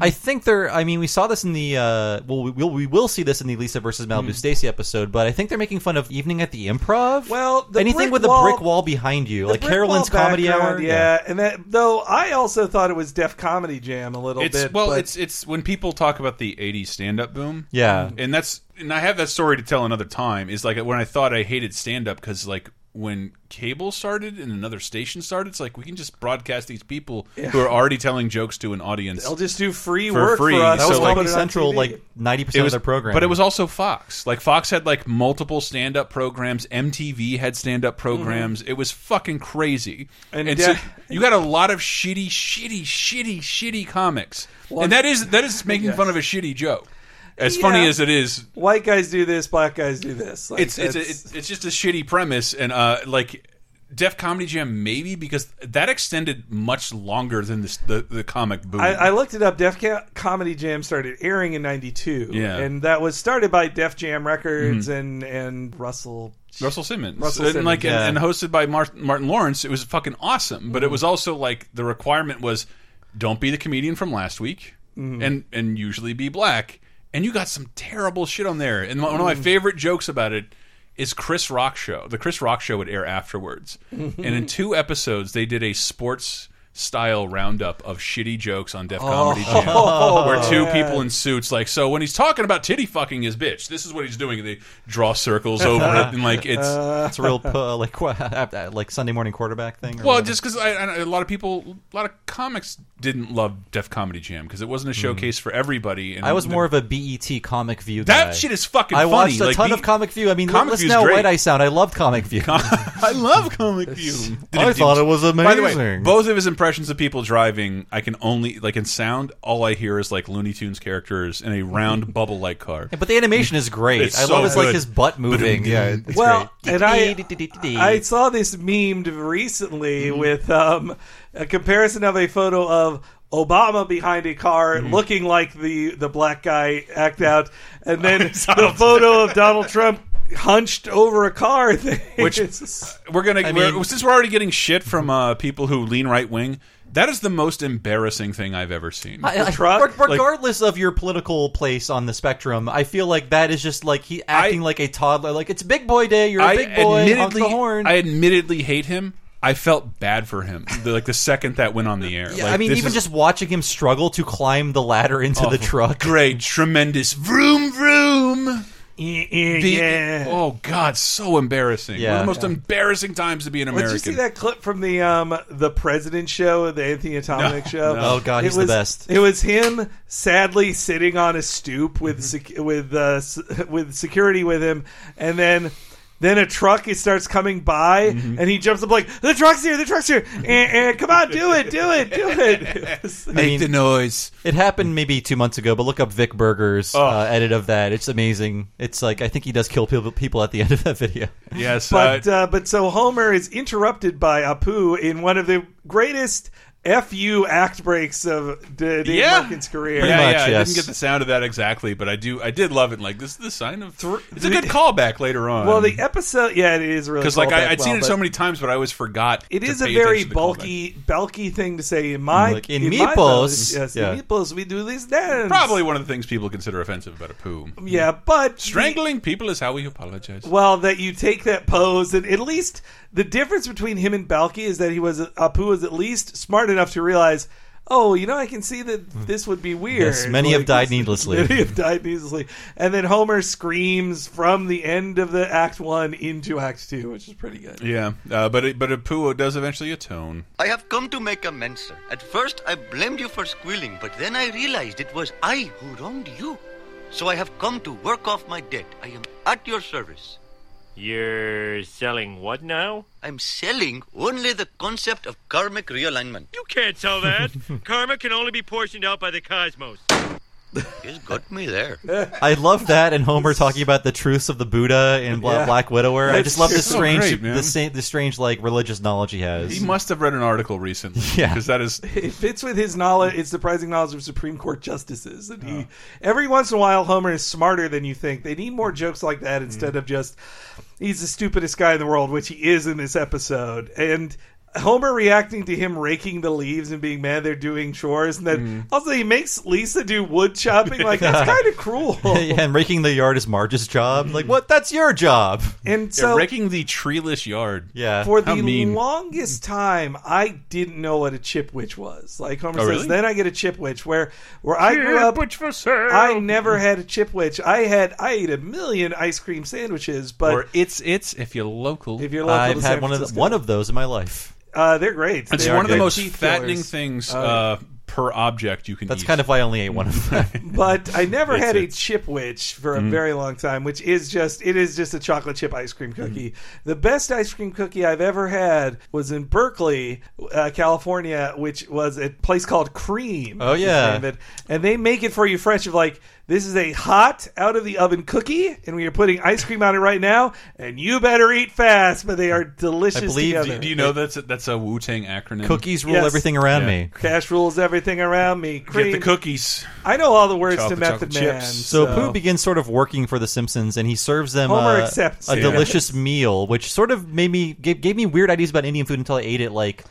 S3: I think they're. I mean, we saw this in the. Uh, well, we will, we will see this in the Lisa versus Malibu
S1: Hmm.
S4: Mm.
S3: Stacy episode, but I think they're making fun of Evening at the Improv.
S4: Well, the
S3: anything
S4: brick
S3: with a
S4: wall-
S3: brick wall behind you,
S4: The
S3: like
S4: brick
S3: Carolyn's
S4: wall
S3: Comedy
S4: background,
S3: Hour.
S4: Yeah, and that though I also thought it was Def Comedy Jam a little
S1: It's
S4: bit.
S1: well,
S4: but
S1: it's it's when people talk about the '80s stand-up boom.
S3: Yeah.
S1: and that's and I have that story to tell another time. Is like when I thought I hated stand-up because like when cable started and another station started, it's like we can just broadcast these people
S4: Yeah.
S1: who are already telling jokes to an audience.
S4: They'll just do free
S1: for
S4: work
S1: free.
S4: for us.
S1: That was
S4: We'll
S1: like
S4: put it on
S3: Central,
S4: TV.
S3: like, 90%
S1: It
S3: of
S1: was-
S3: their programming.
S1: But it was also Fox. Like Fox had like multiple stand-up programs. MTV had stand-up programs. It was fucking crazy. And,
S4: Mm-hmm. And
S1: so
S4: de-
S1: you got a lot of shitty, shitty, shitty, shitty comics.
S4: Well,
S1: and that is that is making fun of a shitty joke. As funny
S4: Yeah.
S1: as it is,
S4: White guys do this, black guys do this. Like,
S1: it's it's,
S4: that's-
S1: it's it's just a shitty premise and uh like. Def Comedy Jam, maybe because that extended much longer than this, the the comic boom.
S4: I, I looked it up. Def Ca- Comedy Jam started airing in '92,
S1: Yeah. Mm-hmm.
S4: and that was started by Def Jam Records and and Russell
S1: Russell Simmons.
S4: Russell
S1: and
S4: Simmons.
S1: like and-
S4: Yeah.
S1: and, hosted by Mar- Martin Lawrence. It was fucking awesome, but it was also like the requirement was don't be the comedian from last week
S4: Mhm.
S1: and and usually be black. And you got some terrible shit on there. And one of my
S4: Mhm.
S1: favorite jokes about it is Chris Rock show. The Chris Rock show would air afterwards. and
S4: Mm-hmm.
S1: in two episodes they did a sports style roundup of shitty jokes on Def Comedy
S4: Oh,
S1: Jam
S4: [laughs]
S1: where two
S4: man.
S1: people in suits like so when he's talking about titty fucking his bitch this is what he's doing they draw circles over it and like
S4: [laughs]
S1: it's
S3: it's a real [laughs] uh, like qu- [laughs] like Sunday morning quarterback thing. or
S1: Well,
S3: whatever.
S1: just because I, I, a lot of people, a lot of comics didn't love Def Comedy Jam because it wasn't a showcase for everybody. And
S3: Hmm. I was [laughs] more of a BET Comic View.
S1: Um, That
S3: guy.
S1: shit is fucking
S3: I watched
S1: funny,
S3: a
S1: like,
S3: ton
S1: B-
S3: of Comic View. I mean,
S1: Comic
S3: listen
S1: View's
S3: how
S1: great.
S3: white I sound. I love
S1: [laughs]
S3: Comic View.
S1: I [laughs] love Comic View.
S3: I thought it was
S1: By the way,
S3: amazing.
S1: both of his impressions of people driving, I can only like in sound, all I hear is like Looney Tunes characters in a
S3: [laughs]
S1: round bubble like car.
S3: but the animation is great.
S1: It's
S3: I
S1: so
S3: love his like
S1: good.
S3: his butt moving. yeah, it's
S4: well,
S3: great.
S4: and I, I saw this memed recently
S1: Mm-hmm.
S4: with um, a comparison of a photo of Obama behind a car
S1: Mm-hmm.
S4: looking like the, the black guy act out,
S1: [laughs]
S4: and then the photo of Donald Trump hunched over a car. [laughs] Thing.
S1: Which- [laughs]
S4: It's-
S1: We're gonna
S4: I
S1: we're-
S4: mean-
S1: since we're already getting shit from uh, people who lean right wing. That is the most embarrassing thing I've ever seen.
S3: I- I- reg-
S1: Like-
S3: regardless of your political place on the spectrum, I feel like that is just like he acting like a toddler. Like it's big boy day. You're a
S1: I
S3: big boy. Honk
S1: admittedly,
S3: the horn.
S1: I admittedly hate him. I felt bad for him. The, like the second that went on the air.
S3: Yeah,
S1: Like,
S3: I mean,
S1: this
S3: even
S1: is Oh,
S3: just watching him struggle to climb the ladder into the
S1: awful.
S3: truck.
S1: Great, tremendous. Vroom vroom. Be- Oh God, so embarrassing. One of
S3: Yeah.
S1: the most
S3: Yeah.
S1: embarrassing times to be an
S4: Did
S1: American.
S4: you see that clip from the um the President Show, the Anthony Atomic
S1: No,
S4: Show?
S1: no. Oh, God,
S4: It
S1: he's the
S4: was-
S1: best.
S4: It was him sadly sitting on a stoop with
S1: Mm-hmm.
S4: sec- with uh, s- with security with him, and then. Then a truck it starts coming by,
S1: Mm-hmm.
S4: and he jumps up like the truck's here, the truck's here, and, and come on, do it, do it, do
S1: [laughs]
S4: it. [laughs] It was-
S1: the noise.
S3: It happened maybe two months ago, but look up Vic Berger's uh, edit of that. It's amazing. It's like I think he does kill people, people at the [laughs] end of that video.
S1: Yes,
S4: But uh, but so Homer is interrupted by Apu in one of the greatest fu act breaks of D- Dave
S1: Yeah.
S4: Merkin's career.
S1: yeah, yeah, I didn't get the sound of that exactly, but I do. I did love it. Like this is the sign of. It's a good callback later on.
S4: e- Well, the episode, yeah, it is really
S1: because Um, like I,
S4: callback
S1: I'd seen
S4: well,
S1: it
S4: but
S1: so many times, but I always forgot.
S4: It
S1: to
S4: is a
S1: pay
S4: very
S1: attention to the
S4: bulky, bulky thing to say in my
S1: Like, in
S4: my
S1: meeples.
S4: bones, Yes,
S1: Yeah.
S4: in meeples, we do this dance.
S1: Probably one of the things people consider offensive about a poo.
S4: Yeah, but
S1: strangling people is how we apologize.
S4: Well, that you take that pose, and at least the difference between him and Balky is that he was Apu was at least smart enough to realize oh, you know, I can see that
S1: Hmm.
S4: this would be weird.
S3: Yes, many have died needlessly.
S4: Many have died needlessly. And then Homer screams from the end of the Act One into Act Two, which is pretty good.
S1: Yeah, uh, but it, but Apuo does eventually atone.
S6: I have come to make amends, sir. At first, I blamed you for squealing, but then I realized it was I who wronged you. So I have come to work off my debt. I am at your service.
S2: [laughs] You're selling what now?
S6: I'm selling only the concept of karmic realignment.
S2: You can't sell that.
S6: [laughs]
S2: Karma can only be portioned out by the cosmos.
S6: He's got me there.
S3: I love that and Homer talking about the truths of the Buddha and Bla-
S1: Yeah.
S3: Black Widower. I
S1: That's
S3: just love this
S1: just so
S3: strange,
S1: great, man.
S3: the, sa- the strange like religious knowledge he has.
S4: Mm-hmm.
S1: He must have read an article
S4: [laughs]
S1: recently.
S3: Yeah.
S1: because that is
S4: It fits with his knowledge, his surprising knowledge of Supreme Court justices. And he, every once in a while, Homer is smarter than you think. They need more jokes like that instead of just he's the stupidest guy in the world, which he is in this episode. And Homer reacting to him raking the leaves and being mad they're doing chores, and then also he makes Lisa do wood chopping. Like that's kind of cruel.
S3: yeah, [laughs] and raking the yard is Marge's job. Like, what? That's
S1: [laughs]
S3: your job.
S4: And so-
S1: raking the treeless yard.
S3: Yeah,
S4: For the longest time, I didn't know what a chip witch was. Like Homer
S3: Oh,
S4: says,
S3: really?
S4: then I get a chip witch. Where where I grew up, I never had a chip witch. I had I ate a million ice cream sandwiches, but
S1: or it's it's if you're local.
S4: If you're local to
S3: I've
S4: San
S3: had one of the,
S4: Francisco.
S3: one of those in my life.
S4: uh, they're great.
S1: It's
S4: They are
S1: one of the
S4: good
S1: most
S4: teeth
S1: fattening
S4: killers.
S1: things
S4: Uh,
S1: uh, per object you can.
S3: That's
S1: eat.
S3: kind of why I only ate one
S1: [laughs]
S3: of them. [laughs]
S4: but I never
S1: It's-
S4: had a
S1: it's-
S4: chip witch for a
S1: Mm.
S4: very long time, which is just it is just a chocolate chip ice cream
S1: Mm-hmm.
S4: cookie. The best ice cream cookie I've ever had was in Berkeley, uh, California, which was a place called Cream.
S3: Oh,
S4: is the
S3: yeah.
S4: name of it. and they make it for you fresh. Of like this is a hot out of the oven cookie, and we are putting ice cream on it right now, and you better eat fast. But they are delicious. together.
S1: Do, do you know that's a, that's a Wu Tang acronym?
S3: Cookies rule everything around me.
S4: Cash rules everything around me. Cream.
S1: the cookies.
S4: I know all the words
S1: Chocolate,
S4: to Method
S1: chocolate
S4: Man.
S1: chips.
S3: So, Pooh begins sort of working for the Simpsons, and he serves them
S4: Homer
S3: uh,
S4: accepts
S3: a
S4: it.
S3: delicious meal, which sort of made me gave, gave me weird ideas about Indian food until I ate it. Like,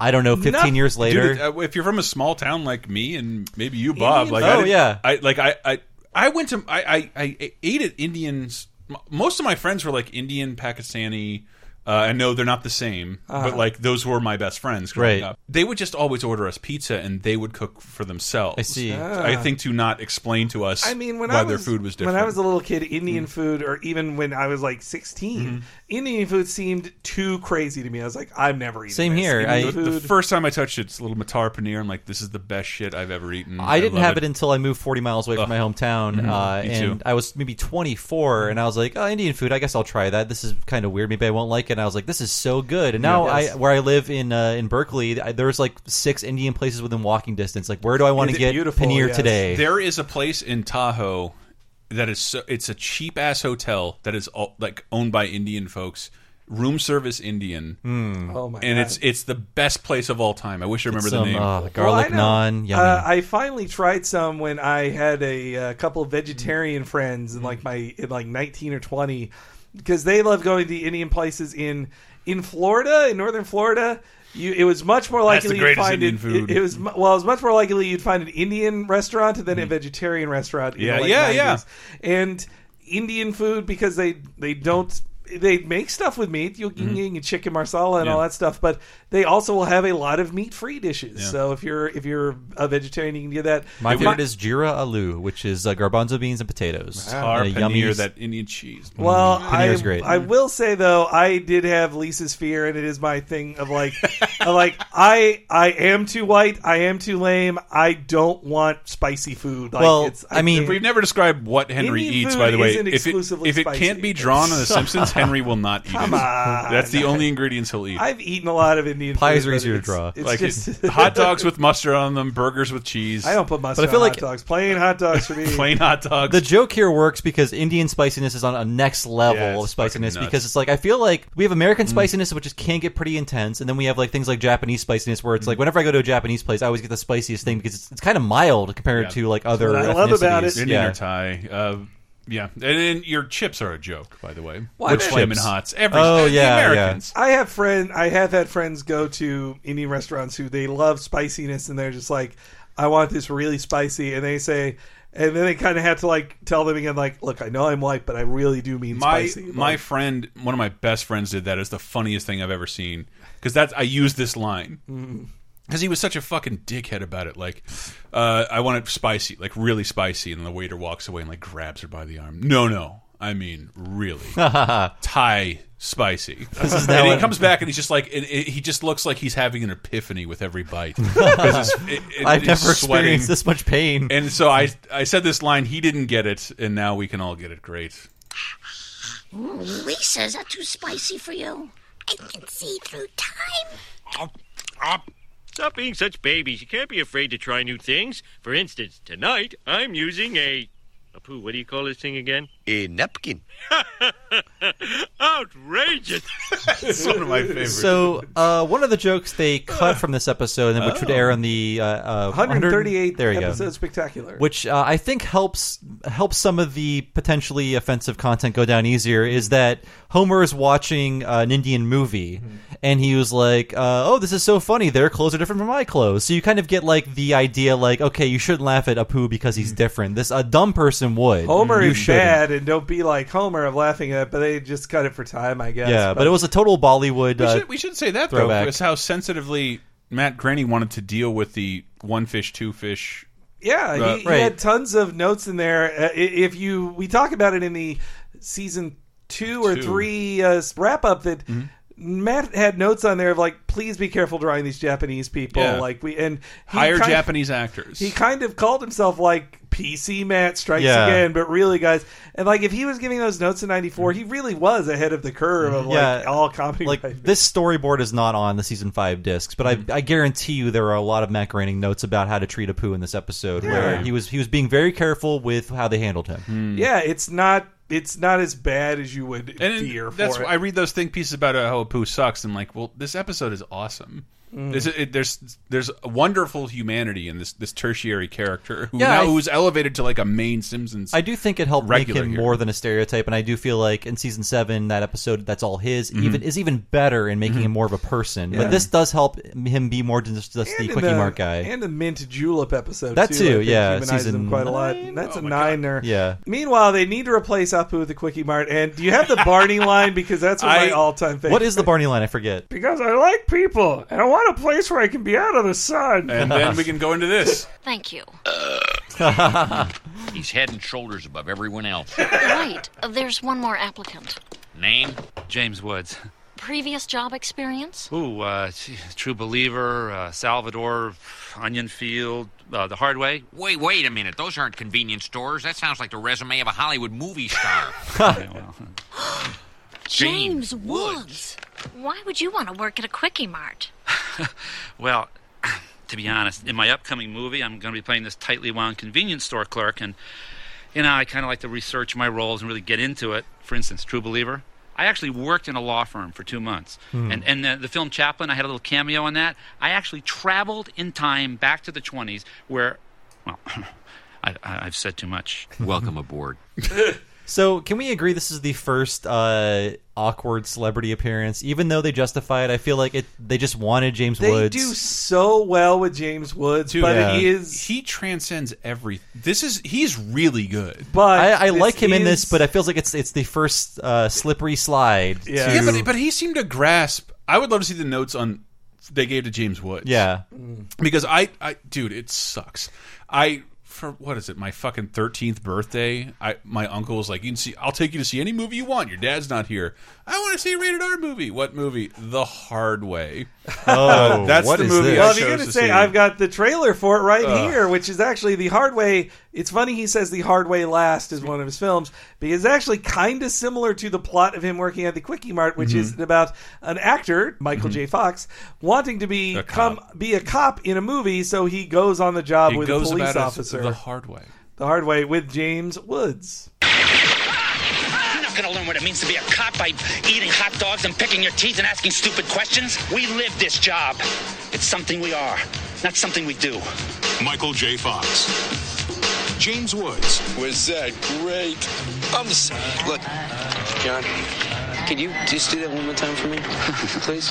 S3: I don't know, fifteen years later.
S1: Dude, uh, if you're from a small town like me and maybe you, Bob, like I
S3: Oh,
S1: didn't-
S3: yeah.
S1: I like I I, I went to I, I I ate at Indians. m- Most of my friends were like Indian, Pakistani. Uh, and no, they're not the same,
S3: Uh-huh.
S1: but like those were my best friends growing
S3: Right.
S1: up. They would just always order us pizza, and they would cook for themselves. I
S3: see.
S4: Ah.
S1: I think to not explain to us.
S4: I mean, when
S1: why
S4: I was,
S1: their food was different. Mm-hmm.
S4: When I was a little kid, Indian food, or even when I was like 16, Indian food seemed too crazy to me. I was like, I'm never eating.
S3: Same
S4: this.
S3: here.
S4: Indian
S1: I,
S3: I-
S1: the, the
S4: food.
S1: first time I touched it, it's a little matar paneer. I'm like, this is the best shit I've ever eaten.
S3: I didn't
S1: love
S3: have it. until I moved 40 miles away from my hometown,
S1: Mhm.
S3: uh,
S1: Me too.
S3: and I was maybe 24, and I was like, "Oh, Indian food. I guess I'll try that. This is kind of weird. Maybe I won't like it." And I was like, "This is so good." And now,
S4: Yes.
S3: I where I live in uh, in Berkeley, I, there's like six Indian places within walking distance. Like, where do I want to
S1: It's
S3: get paneer today?
S1: There is a place in Tahoe that is so, it's a cheap ass hotel that is all, like owned by Indian folks. Room service Indian,
S4: Oh my
S1: and
S4: God.
S1: it's it's the best place of all time. I wish I remember
S3: some,
S1: the name.
S3: uh, garlic
S4: Well, I know.
S3: naan. Yummy.
S4: Uh, I finally tried some when I had a, uh couple vegetarian friends in
S1: Mm-hmm.
S4: like my in like nineteen or twenty, because they love going to Indian places in in Florida, in northern Florida. You, it was much more
S1: That's the
S4: likely you'd
S1: greatest
S4: find
S1: Indian
S4: it,
S1: food.
S4: It, it was mu- well, it was much more likely you'd find an Indian restaurant than a vegetarian restaurant. in the
S1: Mm-hmm. Yeah,
S4: late
S1: yeah, yeah.
S4: 90s. And Indian food because they they don't they make stuff with meat, yuking and chicken marsala and
S1: Yeah.
S4: all that stuff, but they also will have a lot of meat free dishes.
S3: Yeah.
S4: So if you're if you're a vegetarian, you can get that.
S3: my favorite is jira aloo, which is uh, garbanzo beans and potatoes.
S1: Tar
S3: And
S1: paneer,
S3: a yummy-
S1: that Indian cheese.
S4: Well,
S3: Mm.
S4: I,
S3: Paneer's great.
S4: I will say though, I did have Lisa's fear, and it is my thing of like, of like I I am too white, I am too lame, I don't want spicy food. Like, it's,
S1: we've never described what Henry
S4: Indian
S1: eats.
S4: food
S1: By the way,
S4: isn't
S1: if it,
S4: exclusively
S1: if it can't
S4: spicy.
S1: be drawn
S4: [laughs]
S1: on The Simpsons, Henry will not eat
S4: Come
S1: it. [laughs]
S4: on.
S1: That's the only ingredients he'll eat.
S4: I've eaten a lot of Indian
S3: Pies
S4: food,
S3: are
S4: but
S3: easier to
S4: it's-
S3: draw.
S4: It's
S1: like
S4: just,
S1: it- hot dogs with mustard on them, burgers with cheese.
S4: I don't put mustard
S3: I feel
S4: on
S3: like-
S4: hot dogs. Plain hot
S3: [laughs]
S4: dogs for me.
S1: plain hot dogs.
S3: The joke here works because Indian spiciness is on a next level
S1: Yeah, it's
S3: of spiciness
S1: fucking nuts. Mm.
S3: because it's like I feel like we have American spiciness which just can get pretty intense, and then we have like things like Japanese spiciness where it's
S1: Mm.
S3: like whenever I go to a Japanese place, I always get the spiciest thing because it's, it's kind of mild compared
S1: Yeah.
S3: to like other.
S4: what I love about it.
S3: ethnicities.
S1: Indian
S3: Yeah.
S1: or Thai. Uh, yeah, and then your chips are a joke, by the way.
S4: Why
S1: Which
S4: not?
S1: lemon hots? Every
S3: Oh,
S1: the
S3: yeah, yeah.
S1: Americans.
S4: I have friend I have had friends go to Indian restaurants who they love spiciness and they're just like, I want this really spicy and they say and then they kinda have to like tell them again, like, look, I know I'm white, but I really do mean
S1: My
S4: spicy. Like,
S1: my friend, one
S3: Mm.
S1: of my best friends, did that. It's the funniest thing I've ever seen because that's I use this line. because he was such a fucking dickhead about it. Like, uh, I want it spicy, like really spicy, and the waiter walks away and like grabs her by the arm. No, no, I mean
S3: [laughs]
S1: really Thai spicy.
S3: This is now
S1: and he
S3: what-
S1: comes back and he's just like, it, it- he just looks like he's having an epiphany with every
S3: [laughs]
S1: bite. 'Cause it's- it- it-
S3: I've
S1: it's
S3: never
S1: sweating.
S3: experienced this much pain.
S1: And so I, I said this line. He didn't get it, and now we can all get it. Great.
S7: Ooh, Lisa, is that too spicy for you? I can see through time.
S2: Stop being such babies. You can't be afraid to try new things. For instance, tonight I'm using a. a poo, what do you call this thing again?
S8: A napkin.
S2: Outrageous!
S1: it's one of my favorites.
S3: So uh, one of the jokes they cut from this episode, and which would
S1: Oh.
S3: air on the uh, uh,
S4: 138
S3: There you
S4: episode
S3: go.
S4: spectacular.
S3: Which uh, I think helps helps some of the potentially offensive content go down easier. Is that Homer is watching uh, an Indian movie, and he was like, uh, "Oh, this is so funny. Their clothes are different from my clothes." So you kind of get like the idea, like, okay, you shouldn't laugh at Apu because he's different. This a dumb person would.
S4: Homer
S3: you
S4: is
S3: shouldn't.
S4: bad, and don't be like Homer of laughing at it, but they just cut it for time, I guess.
S3: Yeah, but it was a total Bollywood.
S1: We
S3: uh,
S1: should, we should say that
S3: throwback.
S1: though, is how sensitively Matt Granny wanted to deal with the one fish, two fish.
S4: Yeah, he,
S1: Uh,
S4: he had tons of notes in there. Uh, i- if you, we talk about it in the season two or
S1: Two. Mm-hmm.
S4: three uh, wrap up that Matt had notes on there of like, please be careful drawing these Japanese people.
S1: Yeah.
S4: Like we and he
S1: hire
S4: kind of-
S1: Japanese actors.
S4: he kind of called himself like PC Matt strikes
S1: Yeah.
S4: again, but really, guys, and like if he was giving those notes in '94,
S1: Mm-hmm.
S4: he really was ahead of the curve of like
S3: Yeah.
S4: all comedy.
S3: like this storyboard is not on the season five discs, but I, I guarantee you there are a lot of Matt Groening notes about how to treat Apu in this episode, where
S4: Yeah.
S3: he was he was being very careful with how they handled him.
S4: yeah, it's not it's not as bad as you would fear.
S1: That's
S4: for
S1: why
S4: it.
S1: I read those think pieces about how Apu sucks. and like, well, this episode is awesome.
S4: Mm.
S1: This- it- there's there's wonderful humanity in this this tertiary character who
S3: Yeah,
S1: now
S3: I-
S1: who's elevated to like a main Simpsons.
S3: I do think it helped
S1: Regular
S3: make him
S1: here.
S3: more than a stereotype, and I do feel like in season seven that episode that's all his
S1: Mhm.
S3: even is even better in making him more of a person.
S4: Yeah.
S3: But this does help him be more than just, just the
S4: And in
S3: quickie
S4: the-
S3: mark guy.
S4: and the mint julep episode.
S3: That
S4: I
S3: too,
S4: think
S3: yeah,
S4: humanizes
S3: season Oh
S4: him quite a lot. And That's a niner.
S3: Yeah.
S4: Meanwhile, they need to replace Apu with the quickie mart. And do you have the
S3: [laughs]
S4: Barney line because that's one of my all-time favorite.
S3: What is the Barney line? I forget.
S4: Because I like people, and I want a place where I can be out of the sun.
S1: and then we can go into
S4: [laughs]
S1: this.
S7: Thank you.
S10: He's head and shoulders above everyone else.
S7: right, uh, there's one more applicant.
S10: Name?
S12: James Woods.
S7: Previous job experience?
S12: Ooh, uh, True Believer, uh, Salvador, Onion Field, uh, The Hard Way.
S10: Wait, wait a minute. Those aren't convenience stores. That sounds like the resume of a Hollywood movie star.
S7: James, Woods. Why would you want to work at a Quickie Mart?
S12: Well, [clears throat] to be honest, in my upcoming movie, I'm going to be playing this tightly wound convenience store clerk, and you know, I kind of like to research my roles and really get into it. For instance, True Believer. I actually worked in a law firm for two months,
S13: Hmm.
S12: and and the, the film Chaplin. I had a little cameo in that. I actually traveled in time back to the 20s, where, well, [clears throat] I, I, I've said too much. [laughs] Welcome aboard.
S3: So, can we agree this is the first uh, awkward celebrity appearance? Even though they justify it, I feel like it. They just wanted James
S4: They
S3: Woods.
S4: do so well with James Woods,
S1: Dude,
S4: but
S3: yeah.
S4: he is
S1: he transcends every. This is he's really good.
S4: But
S3: I, I
S1: this
S3: like him in this,
S1: is-
S3: but it feels like it's it's the first uh, slippery slide.
S1: Yeah,
S3: to-
S1: but, but he seemed to grasp. I would love to see the notes on they gave to James Woods.
S3: [laughs] Yeah.
S1: because I, I, dude, it sucks. I for what is it? My fucking thirteenth birthday. I my uncle was like, you can see. I'll take you to see any movie you want. Your dad's not here. I want to see a rated R movie. What movie? The Hard Way.
S4: Oh,
S1: that's
S4: what
S1: the
S4: is
S1: movie. I
S4: Well, if you're
S1: chose
S4: going
S1: to
S4: to say,
S1: see.
S4: I've got the trailer for it right
S1: Ugh.
S4: here, which is actually The Hard Way. It's funny he says The Hard Way Last is one of his films because it's actually kind of similar to the plot of him working at the Quickie Mart, which
S1: Mhm.
S4: is about an actor, Michael
S1: Mm-hmm.
S4: J. Fox, wanting to be come be a cop in a movie, so he goes on the job
S1: He
S4: with
S1: goes
S4: a police
S1: about it
S4: officer.
S1: the hard way.
S4: The Hard Way with James Woods.
S14: You're not gonna learn what it means to be a cop by eating hot dogs and picking your teeth and asking stupid questions. We live this job. It's something we are, not something we do.
S15: Michael J. Fox. James Woods.
S16: Was that great? I'm sorry. Look, John, could you just do that one more time for me, please?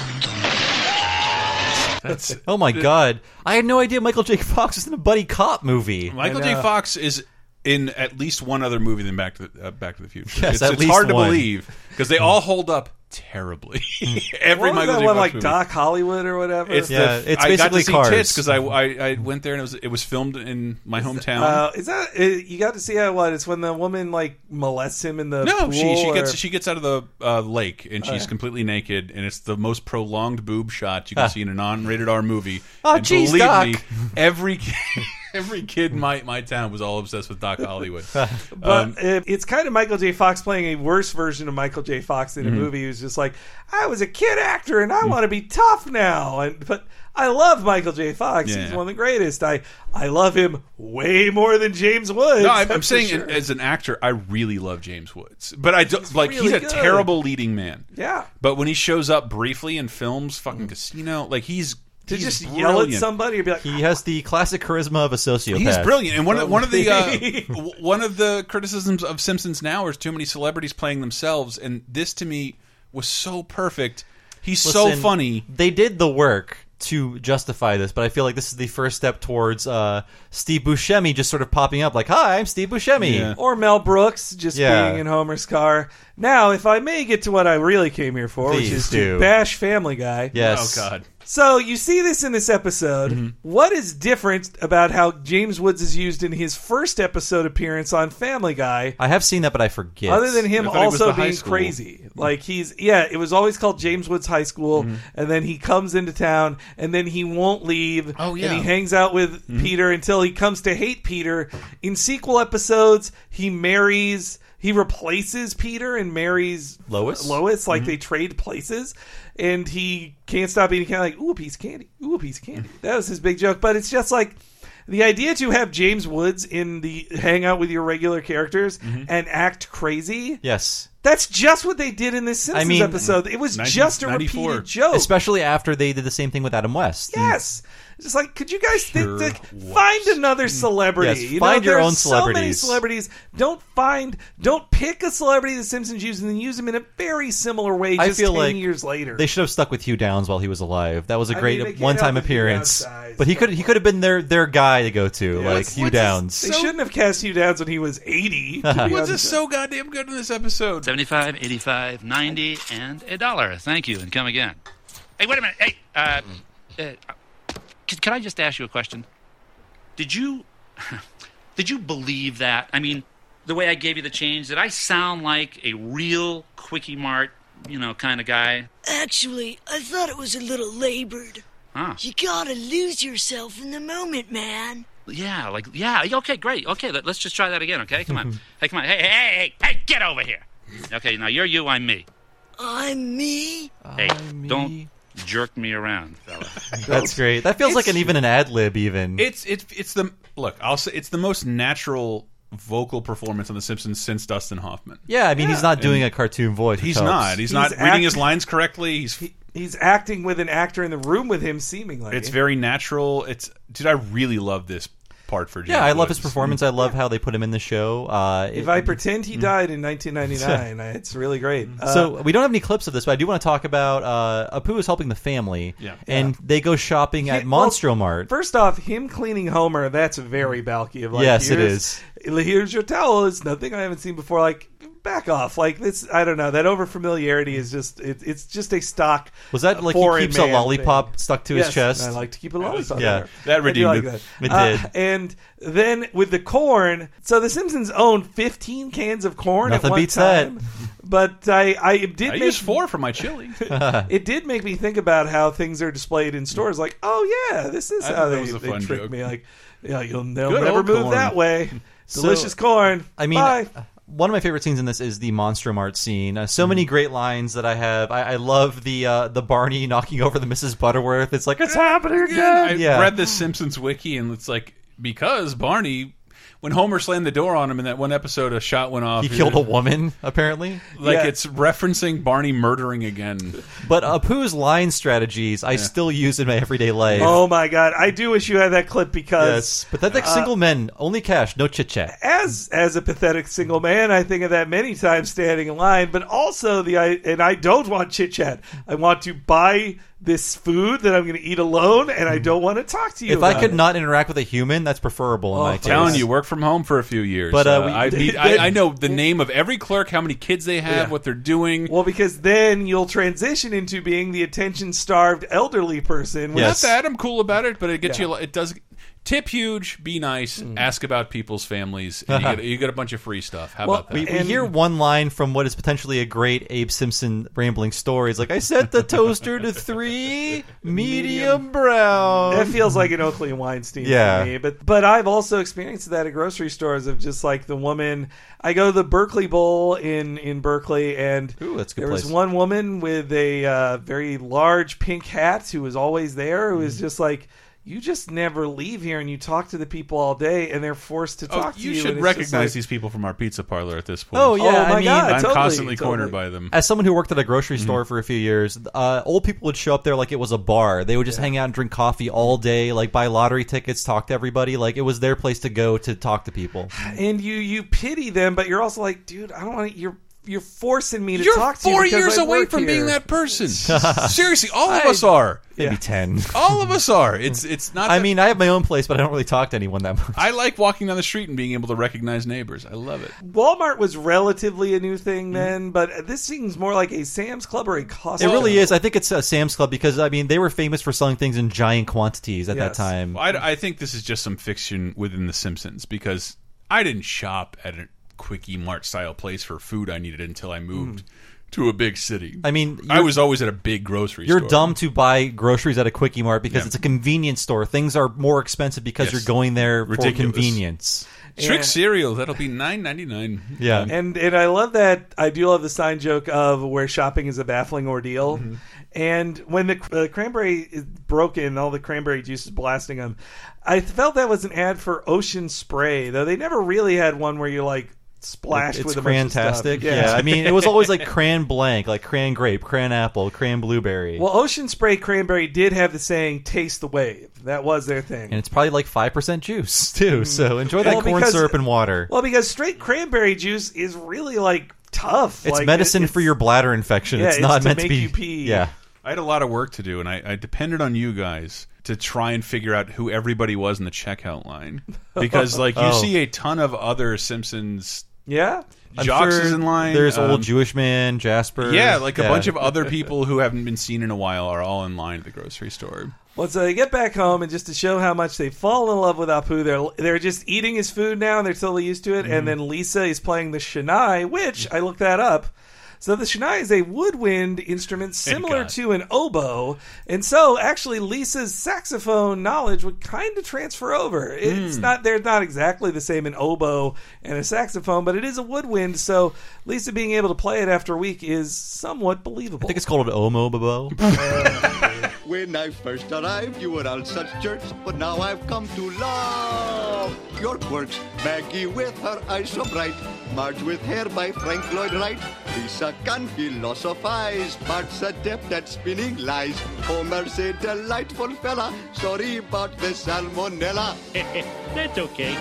S3: [laughs] oh my god! I had no idea Michael J. Fox was in a buddy cop movie.
S1: Michael
S4: uh,
S1: J. Fox is in at least one other movie than Back to the, uh, Back to the Future.
S3: Yes,
S1: it's
S3: at
S1: it's
S3: least
S1: hard to
S3: one.
S1: believe because they all hold up terribly. [laughs] Every
S4: Hmm. what was
S1: Michael
S4: that
S1: J.
S4: one
S1: Fox
S4: like
S1: movie.
S4: Doc Hollywood or whatever?
S1: It's the, I got to see tits because I, I I went there and it was it was filmed in my hometown.
S4: Uh, is that uh, you got to see that one? It's when the woman like molests him in the
S1: no,
S4: pool
S1: she she gets
S4: or-
S1: she gets out of the uh, lake and
S4: Oh,
S1: she's
S4: yeah.
S1: completely naked, and it's the most prolonged boob shot you can
S4: Ah.
S1: see in a non-rated R movie.
S3: Oh,
S1: and
S3: geez,
S1: believe
S3: Doc.
S1: me, every kid, [laughs] every kid in my my town was all obsessed with Doc Hollywood.
S4: But
S1: Um,
S4: it, it's kind of Michael J. Fox playing a worse version of Michael J. Fox in a
S1: Mhm.
S4: movie who's just like, I was a kid actor and I
S1: Mm-hmm.
S4: want to be tough now. And but I love Michael J. Fox. He's
S1: Yeah.
S4: one of the greatest. I I love him way more than James Woods.
S1: no, I'm,
S4: that's
S1: I'm
S4: for
S1: saying
S4: sure.
S1: as an actor, I really love James Woods, but I don't like
S4: really
S1: he's a
S4: good.
S1: terrible leading man.
S4: Yeah. Mm.
S1: but when he shows up briefly in films, fucking Casino, like he's
S4: to
S1: he's
S4: just
S1: brilliant.
S4: yell at somebody and be like,
S3: He has the classic charisma of a sociopath.
S1: He's brilliant, and one of, one of the
S3: [laughs]
S1: uh, w- one of the criticisms of Simpsons now is too many celebrities playing themselves, and this to me was so perfect. He's so
S3: Listen,
S1: funny.
S3: They did the work to justify this, but I feel like this is the first step towards uh, Steve Buscemi just sort of popping up like, "Hi, I'm Steve Buscemi."
S4: "Ah,"
S3: Oh,
S4: Or Mel Brooks just
S3: Yeah.
S4: being in Homer's car. Now, if I may get to what I really came here for, which
S3: Please
S4: is
S3: do.
S4: to bash Family Guy.
S3: Yes. Oh, God.
S4: So you see this in this episode. What is different about how James Woods is used in his first episode appearance on Family Guy?
S3: I have seen that, but I forget.
S4: Other than him also being crazy. Like he's yeah, it was always called James Woods High School and then he comes into town and then he won't leave oh,
S1: yeah.
S4: and he hangs out with Peter until he comes to hate Peter. In sequel episodes, he marries he replaces Peter and marries
S3: Lois?
S4: Lois,
S3: Mm-hmm.
S4: like they trade places, and he can't stop eating candy. Like, ooh, a piece of candy. Ooh, a piece of candy.
S3: Mm-hmm.
S4: that was his big joke. But it's just like the idea to have James Woods in the hang out with your regular characters
S3: Mm-hmm.
S4: and act crazy.
S3: Yes.
S4: That's just what they did in this Simpsons
S3: I mean,
S4: episode. It was just a repeated joke.
S3: especially after they did the same thing with Adam West.
S4: Oh. Yes. Just like, could you guys
S3: Sure Mm.
S4: think? Like, find another celebrity.
S3: Yes,
S4: You know,
S3: find your
S4: there are
S3: own
S4: So many
S3: celebrities.
S4: celebrities. Don't find. Don't pick a celebrity the Simpsons used and then use them in a very similar way. Just
S3: I feel
S4: ten
S3: like
S4: years later.
S3: they should have stuck with Hugh Downs while he was alive. That was a
S4: I
S3: great
S4: mean, they can't
S3: one-time
S4: help it, Hugh
S3: appearance.
S4: Downs dies.
S3: But he could he could have been their their guy to go to, like
S4: what's-
S3: Hugh
S4: what's his-
S3: Downs.
S4: They shouldn't have cast Hugh Downs when he was
S3: [laughs]
S4: eighty. to be
S1: Woods is
S4: honest.
S1: so goddamn good in this episode.
S12: 75, 85, 90, and a dollar. Thank you, and come again. Hey, wait a minute. Hey, uh, uh, can, can I just ask you a question? Did you [laughs] did you believe that? I mean, the way I gave you the change, did I sound like a real quickie mart, you know, kind of guy?
S13: Actually, I thought it was a little labored.
S12: Huh?
S13: You gotta lose yourself in the moment, man.
S12: Yeah, like yeah. Okay, great. Okay, let, us just try that again. Okay, come on. hey, come on. Hey, hey, hey, hey, hey, get over here. Okay, now you're you, I'm me.
S13: I'm me.
S12: Hey, don't jerk me around, fella.
S3: That's great. That feels like an even an ad lib. Even
S1: It's it's it's the look. I'll say it's the most natural vocal performance on The Simpsons since Dustin Hoffman.
S3: yeah, I mean he's not doing
S1: And
S3: a cartoon voice. which
S1: He's
S3: helps.
S1: not. He's, not
S4: He's
S1: reading his
S4: act-
S1: lines correctly. He's
S4: He's acting with an actor in the room with him, seemingly.
S1: it's very natural. It's dude, I really love this part for James.
S3: Yeah, I love his
S1: Woods.
S3: performance. I love how they put him in the show. Uh,
S4: If
S3: it-
S4: I pretend he died
S3: [laughs]
S4: in 1999, I- it's really great. Uh,
S3: Mm-hmm. so we don't have any clips of this, but I do want to talk about uh, Apu is helping the family,
S4: Yeah.
S3: and they go shopping at Monstro Mart.
S4: First off, him cleaning Homer, that's very Balky of like
S3: Yes, it
S4: here's- Here's your towel. It's nothing I haven't seen before. Like back off. Like this I don't know. That over familiarity is just it, it's just a stock.
S3: Was that
S4: uh,
S3: like he
S4: foreign
S3: keeps a
S4: man
S3: lollipop
S4: thing.
S3: stuck to his
S4: Yes,
S3: chest?
S4: and I like to keep a lollipop.
S3: Yeah.
S4: there.
S3: That
S4: I do
S3: redeemed
S4: like
S3: it.
S4: that.
S3: It
S4: Uh,
S3: did.
S4: and then with the corn, so the Simpsons own 15 cans of corn at
S3: Nothing
S4: one
S3: beats that.
S4: time. But I, I it did
S1: I
S4: make
S1: used four for my
S3: [laughs]
S1: chili.
S4: it did make me think about how things are displayed in stores. Like, oh yeah, this is
S1: I
S4: how
S1: thought that
S4: they,
S1: was a
S4: they
S1: fun
S4: tricked
S1: joke.
S4: me. Like, yeah, you'll they'll
S1: Good
S4: never
S1: old
S4: move
S1: corn.
S4: that way.
S3: So-
S4: Delicious corn.
S3: I mean,
S4: Bye.
S3: uh, one of my favorite scenes in this is the Monstro Mart scene. Uh, so
S4: Mm-hmm.
S3: many great lines that I have. I, I love the uh, the Barney knocking over the Mrs. Butterworth. It's like it's happening again.
S1: I
S3: yeah.
S1: read the Simpsons wiki, and it's like because Barney, when Homer slammed the door on him in that one episode, a shot went off.
S3: he killed a woman apparently.
S1: Like
S3: Yeah.
S1: it's referencing Barney murdering again.
S3: But Apu's line strategies I still use in my everyday life.
S4: Oh my god, I do wish you had that clip because
S3: yes, but that like
S4: uh,
S3: single men only cash, no chit chat.
S4: as as a pathetic single man, I think of that many times standing in line. But also the I and I don't want chit chat. I want to buy this food that I'm going to eat alone, and I don't want to talk to you.
S3: Mm-hmm. If I
S4: about
S3: could
S4: it.
S3: not interact with a human, that's preferable in
S4: Oh,
S3: my
S1: I'm
S3: case. Uh,
S1: telling you, work from home for a few years.
S3: But, uh, we-
S1: I, meet-
S3: [laughs]
S1: I, I know the name of every clerk, how many kids they have,
S4: Yeah.
S1: what they're doing.
S4: Well, because then you'll transition into being the attention starved elderly person.
S1: Well, not that I'm cool about it, but it gets you. It does tip huge, be nice,
S3: Mm.
S1: ask about people's families, and
S3: [laughs]
S1: you, get, you get a bunch of free stuff. How about that?
S3: We, we hear one line from what is potentially a great Abe Simpson rambling story. It's like, I set the toaster to
S4: [laughs]
S3: three medium brown.
S1: Um,
S4: That feels like an Oakley Weinstein
S3: Yeah.
S4: to me. But but I've also experienced that at grocery stores of just like the woman. I go to the Berkeley Bowl in in Berkeley, and
S3: Ooh, that's a good
S4: there was
S3: place.
S4: one woman with a uh, very large pink hat who was always there. Who
S1: Mm.
S4: was just like. You just never leave here, and you talk to the people all day, and they're forced to
S1: Oh,
S4: talk to you.
S1: you should
S4: and it's just
S1: recognize
S4: like-
S1: these people from our pizza parlor at this point.
S3: Oh, yeah, I
S1: my
S3: mean-
S1: God, I'm
S3: totally,
S1: constantly
S3: totally.
S1: cornered by them.
S3: As someone who worked at a
S1: Mm-hmm.
S3: grocery store for a few years, uh, old people would show up there like it was a bar. They would just hang out and drink coffee all day, like buy lottery tickets, talk to everybody. Like it was their place to go to talk to
S1: [sighs]
S3: people.
S4: and you you pity them, but you're also like, dude, I don't want to. You're you're forcing me to
S1: You're
S4: talk to you.
S1: four
S4: because
S1: years
S4: I
S1: away
S4: work
S1: from being
S4: here.
S1: that
S4: [laughs]
S1: person. Seriously, all of us are.
S3: Maybe ten.
S1: All of us are. It's it's not.
S3: [laughs] I
S1: that-
S3: mean, I have my own place, but I don't really talk to anyone that much.
S1: I like walking down the street and being able to recognize neighbors. I love it.
S4: Walmart was relatively a new thing then, but this seems more like a Sam's Club or a Costco.
S3: Mm-hmm. It really is. I think it's uh, Sam's Club because I mean they were famous for selling things in giant quantities at that
S1: Yes.
S3: time.
S1: Well, I, I think this is just some fiction within The Simpsons because I didn't shop at a quickie mart style place for food I needed until I
S4: Hmm.
S1: moved to a big city.
S3: I mean,
S1: I
S3: you're-
S1: was always at a big grocery
S3: You're
S1: store.
S3: dumb to buy groceries at a quickie mart because
S1: Yeah.
S3: it's a convenience store. Things are more expensive
S1: Yes.
S3: because you're going there
S1: Ridiculous.
S3: for convenience.
S1: Trick cereal that'll be nine ninety nine.
S4: and and I love that. I do love the sign joke of where shopping is a baffling ordeal.
S3: Mm-hmm.
S4: And when the uh, cranberry is broken, and all the cranberry juice is blasting them. I felt that was an ad for Ocean Spray, though they never really had one where you're like splashed
S3: it's
S4: with a bunch of stuff.
S3: fantastic. Yeah. I mean, it was
S1: [laughs]
S3: always like cran blank, like cran grape, cran apple, cran blueberry,
S4: Well, Ocean Spray Cranberry did have the saying "Taste the wave." That was their thing.
S3: and it's probably like five percent juice [laughs]
S1: Mm.
S3: too. So enjoy that
S4: Well,
S3: corn
S4: because-
S3: syrup and water.
S4: Well, because straight cranberry juice is really like tough.
S3: It's
S4: Like,
S3: medicine
S4: it-
S3: for your bladder infection.
S4: Yeah,
S3: it's
S4: it's
S3: not
S4: to
S3: meant
S4: make
S3: to be.
S4: you pee.
S3: Yeah.
S1: I had a lot of work to do, and I, I depended on you guys to try and figure out who everybody was in the checkout
S3: [laughs]
S1: line because, like, you
S3: Oh.
S1: see a ton of other Simpsons.
S4: Yeah,
S3: I'm
S1: Jocks is
S3: sure
S1: in line.
S3: There's
S1: um,
S3: old Jewish man Jasper.
S1: Yeah, like a bunch of
S3: [laughs]
S1: other people who haven't been seen in a while are all in line at the grocery store.
S4: Well, so they get back home, and just to show how much they fall in love with Apu, they're they're just eating his food now, and they're totally used to it.
S3: Mm-hmm.
S4: And then Lisa is playing the shanai, which I looked that up. So the shanai is a woodwind instrument similar
S1: God.
S4: to an oboe, and so actually Lisa's saxophone knowledge would kind of transfer over. It's
S1: Mm.
S3: Hmm.
S4: not they're not exactly the same an oboe and a saxophone, but it is a woodwind. So Lisa being able to play it after a week is somewhat believable.
S3: I think it's called an omo
S17: When I first arrived, you were all such jerks, but now I've come to love your quirks. Maggie with her eyes so bright, Marge with hair by Frank Lloyd Wright, Lisa can philosophize, Bart's adept at spinning lies, Homer's a delightful fella, sorry about the salmonella. [laughs] Ah!
S2: That's okay.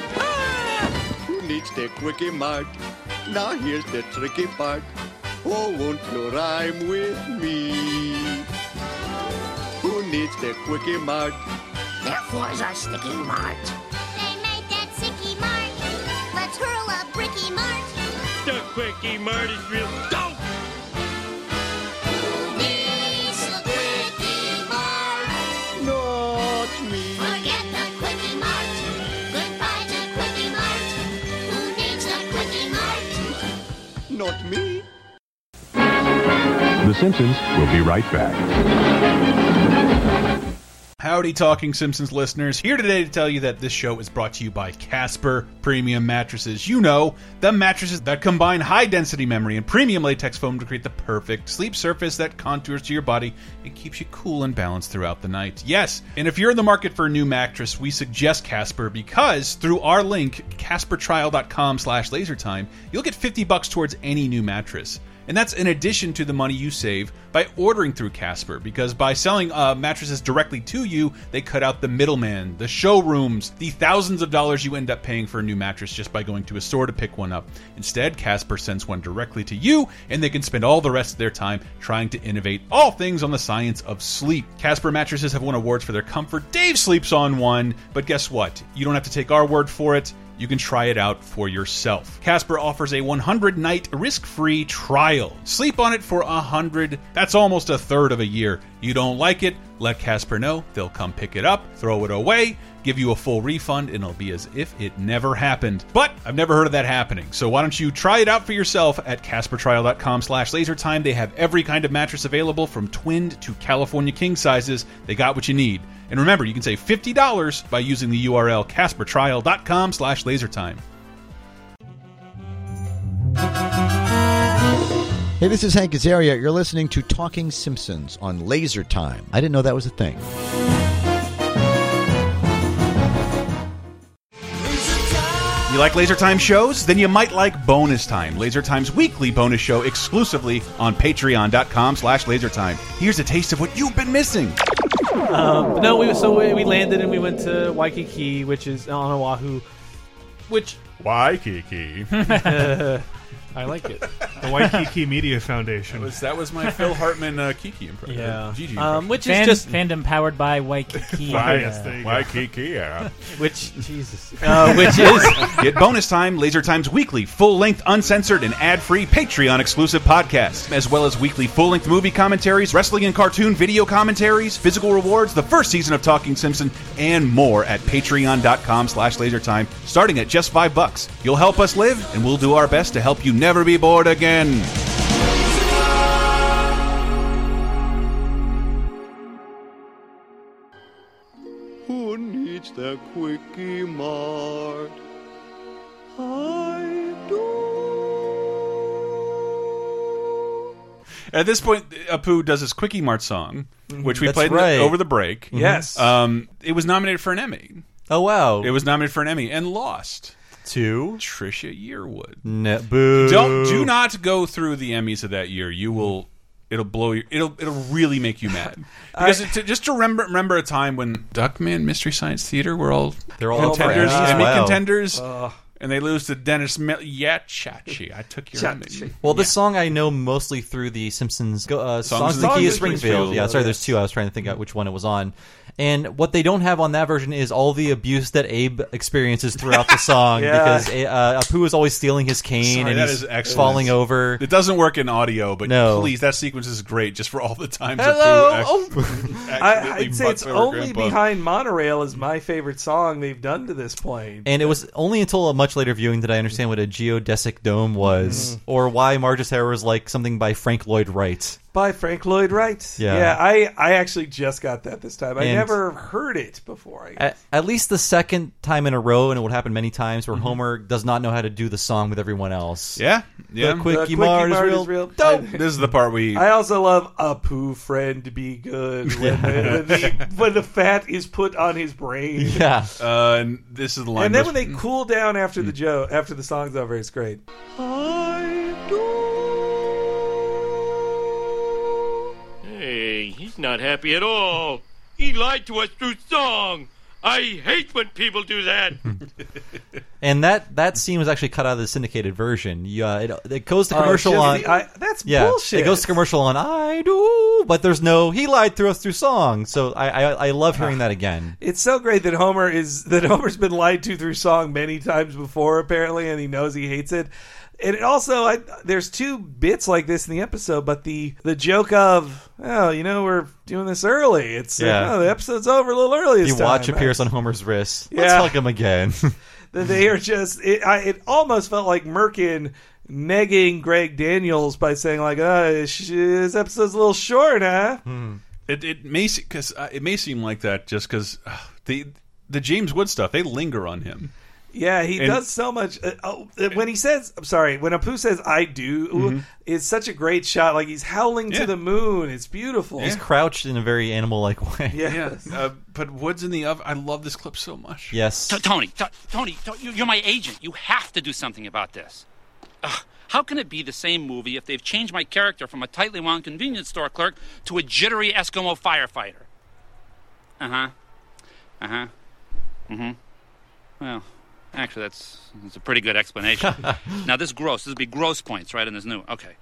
S17: Who needs the quickie mart? Now here's the tricky part. Oh, won't you rhyme with me? Who needs the quickie mart?
S7: Their floors are sticky mart.
S18: They made that sicky mark. Let's hurl a bricky mark.
S2: The quickie mart is real dope.
S18: Needs a quickie mark.
S17: Not me.
S18: Forget the quickie mart. Goodbye to quickie mart. Who needs a quickie mart?
S17: Not me.
S15: The Simpsons will be right back.
S1: Howdy, Talking Simpsons listeners. Here today to tell you that this show is brought to you by Casper Premium Mattresses. You know, the mattresses that combine high density memory and premium latex foam to create the perfect sleep surface that contours to your body and keeps you cool and balanced throughout the night. Yes, and if you're in the market for a new mattress, we suggest Casper because through our link, CasperTrial.com slash lasertime, you'll get 50 bucks towards any new mattress. And that's in addition to the money you save by ordering through Casper, because by selling uh, mattresses directly to you, they cut out the middleman, the showrooms, the thousands of dollars you end up paying for a new mattress just by going to a store to pick one up. Instead, Casper sends one directly to you, and they can spend all the rest of their time trying to innovate all things on the science of sleep. Casper mattresses have won awards for their comfort. Dave sleeps on one, but guess what? You don't have to take our word for it you can try it out for yourself. Casper offers a 100 night risk free trial. Sleep on it for 100. That's almost a third of a year. You don't like it? Let Casper know. They'll come pick it up, throw it away, give you a full refund, and it'll be as if it never happened. But I've never heard of that happening. So why don't you try it out for yourself at CasperTrial.com slash lasertime. They have every kind of mattress available from twinned to California king sizes. They got what you need. And remember, you can save $50 by using the URL CasperTrial.com slash lasertime.
S19: Hey, this is Hank Azaria. You're listening to Talking Simpsons on Laser Time. I didn't know that was a thing.
S1: You like Laser Time shows? Then you might like Bonus Time, Laser Time's weekly bonus show exclusively on patreon.com slash lasertime. Here's a taste of what you've been missing.
S4: Um, no, we, so we, we landed and we went to Waikiki, which is on Oahu, which
S1: Waikiki.
S4: I like it.
S20: The Waikiki Media Foundation.
S1: was, [laughs] that was my Phil Hartman uh, Kiki impression.
S4: Yeah.
S1: Gigi
S4: Um,
S1: impression.
S4: which
S21: Fan-
S4: is just
S21: fandom powered by
S4: [laughs]
S21: Waikiki.
S4: Which Jesus,
S1: Uh, [laughs] which is
S4: get
S1: get bonus time, Laser Time's weekly full-length, uncensored, and ad-free Patreon-exclusive podcast, as well as weekly full-length movie commentaries, wrestling and cartoon video commentaries, physical rewards, the first season of Talking Simpson, and more at Patreon.com/LaserTime. Starting at just five bucks, you'll help us live, and we'll do our best to help you never be bored again.
S17: Who needs the quickie mart? I
S1: At this point, Apu does his Quickie Mart song, which we
S3: Mm-hmm. That's
S1: played in the-
S3: right.
S1: over the break.
S3: Mhm. Yes.
S1: um, it was nominated for an Emmy.
S3: Oh wow!
S1: It was nominated for an Emmy and lost
S3: to
S1: Trisha Yearwood.
S3: No, boo.
S1: Don't do not go through the Emmys of that year. You will. It'll blow your. It'll it'll really make you
S4: [laughs]
S1: mad because it- to, just to remember remember a time when Duckman, Mystery Science Theater, were all
S3: They're
S4: Oh,
S3: all
S1: contenders,
S3: friends.
S1: Emmy
S3: Wow.
S1: contenders, and they lose to Dennis Mil- Yachachi. I took your Emmy.
S3: Well, this song I know mostly through the Simpsons go- uh,
S1: Songs in
S3: songs, in the
S1: the
S3: key
S1: Key
S3: of
S1: of
S3: Springfield.
S1: Springfield.
S3: Yeah, sorry,
S1: Oh,
S3: there's two. I was trying to think out which one it was on. And what they don't have on that version is all the abuse that Abe experiences
S1: [laughs]
S3: throughout the song
S1: Yeah.
S3: because uh, Apu is always stealing his cane
S1: Sorry,
S3: and
S1: that
S3: he's
S1: is excellent.
S3: falling over.
S1: It doesn't work in audio, but
S3: No.
S1: please, that sequence is great just for all the times.
S4: Hello. Oh.
S1: Apu [laughs] act-
S4: I,
S1: accidentally
S4: I'd say
S1: butts
S4: it's
S1: over
S4: only
S1: Grandpa.
S4: behind Monorail is my favorite song they've done to this point.
S3: And it was only until a much later viewing that I understand what a geodesic dome was,
S1: Mm-hmm.
S4: Mhm.
S3: or why Marge's hair was like something by Frank Lloyd Wright.
S4: By Frank Lloyd Wright.
S3: Yeah.
S4: I, I actually just got that this time. I
S3: And-
S4: never heard it before. Uh, I,
S3: At, at least the second time in a row, and it would happen many times, where Homer does not know how to do the song with everyone else.
S1: Mm-hmm. Yeah, yeah.
S3: The quickie, mart, is real.
S4: dope.
S1: This is the part we.
S4: I also love a poo friend be good when
S3: [laughs]
S4: the, when, the, when the fat is put on his brain.
S1: Uh, and this is the line.
S4: And then
S1: most-
S4: when
S3: Mm.
S4: they cool down after the Joe after the song's over, it's great. Uh,
S2: Hey, he's not happy at all. He lied to us through song. I hate when people do
S12: [laughs]
S2: that.
S3: And that that scene was actually cut out of the syndicated version. Yeah, it, it goes to
S4: Oh,
S3: commercial on.
S4: shit. I- that's
S3: yeah,
S4: bullshit.
S3: It goes to commercial on. I do, but there's no. He lied through us through song. So I I, I love hearing that
S4: [sighs]
S3: again.
S4: It's so great that Homer is that Homer's been lied to through song many times before apparently, and he knows he hates it. And it also, I, there's two bits like this in the episode, but the the joke of oh, you know, we're doing this early. It's
S3: Yeah.
S4: oh, the episode's over a little early. This
S3: The watch
S4: time.
S3: appears on Homer's wrist. Let's
S4: Yeah.
S3: hug him again. [laughs]
S4: that they are just it, I, it almost felt like Merkin negging Greg Daniels by saying like, "Uh, sh- this episode's a little short, huh?"
S3: Hmm.
S1: It it may because uh, it may seem like that just because the the James Wood stuff they linger on him.
S4: Yeah, he
S1: And-
S4: does so much. Uh, oh, uh, when he says, "I'm sorry," when Apu says, "I do,"
S3: Mhm.
S4: it's such a great shot. Like he's howling to the moon. It's beautiful.
S3: He's crouched in a very animal like way.
S4: Yeah.
S1: Uh, but Woods in the oven. I love this clip so much.
S3: [laughs] Yes.
S12: T- Tony, t- Tony, t- you- you're my agent. You have to do something about this. Ugh, How can it be the same movie if they've changed my character from a tightly wound convenience store clerk to a jittery Eskimo firefighter? Uh huh. Uh huh. Mm hmm. Well, actually, that's, that's a pretty good explanation. now, this gross. This would be gross points, right? And there's new. Okay.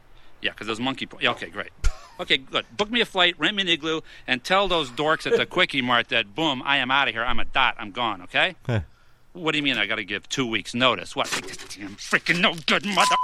S12: Yeah, because those monkey points. Yeah, okay, great. Okay, good. Book me a flight, rent me an igloo, and tell those dorks at the Quickie Mart that, boom, I am out of here. I'm a dot. I'm gone, okay? What do you mean I got to give two weeks' notice? What? Damn freaking no good mother.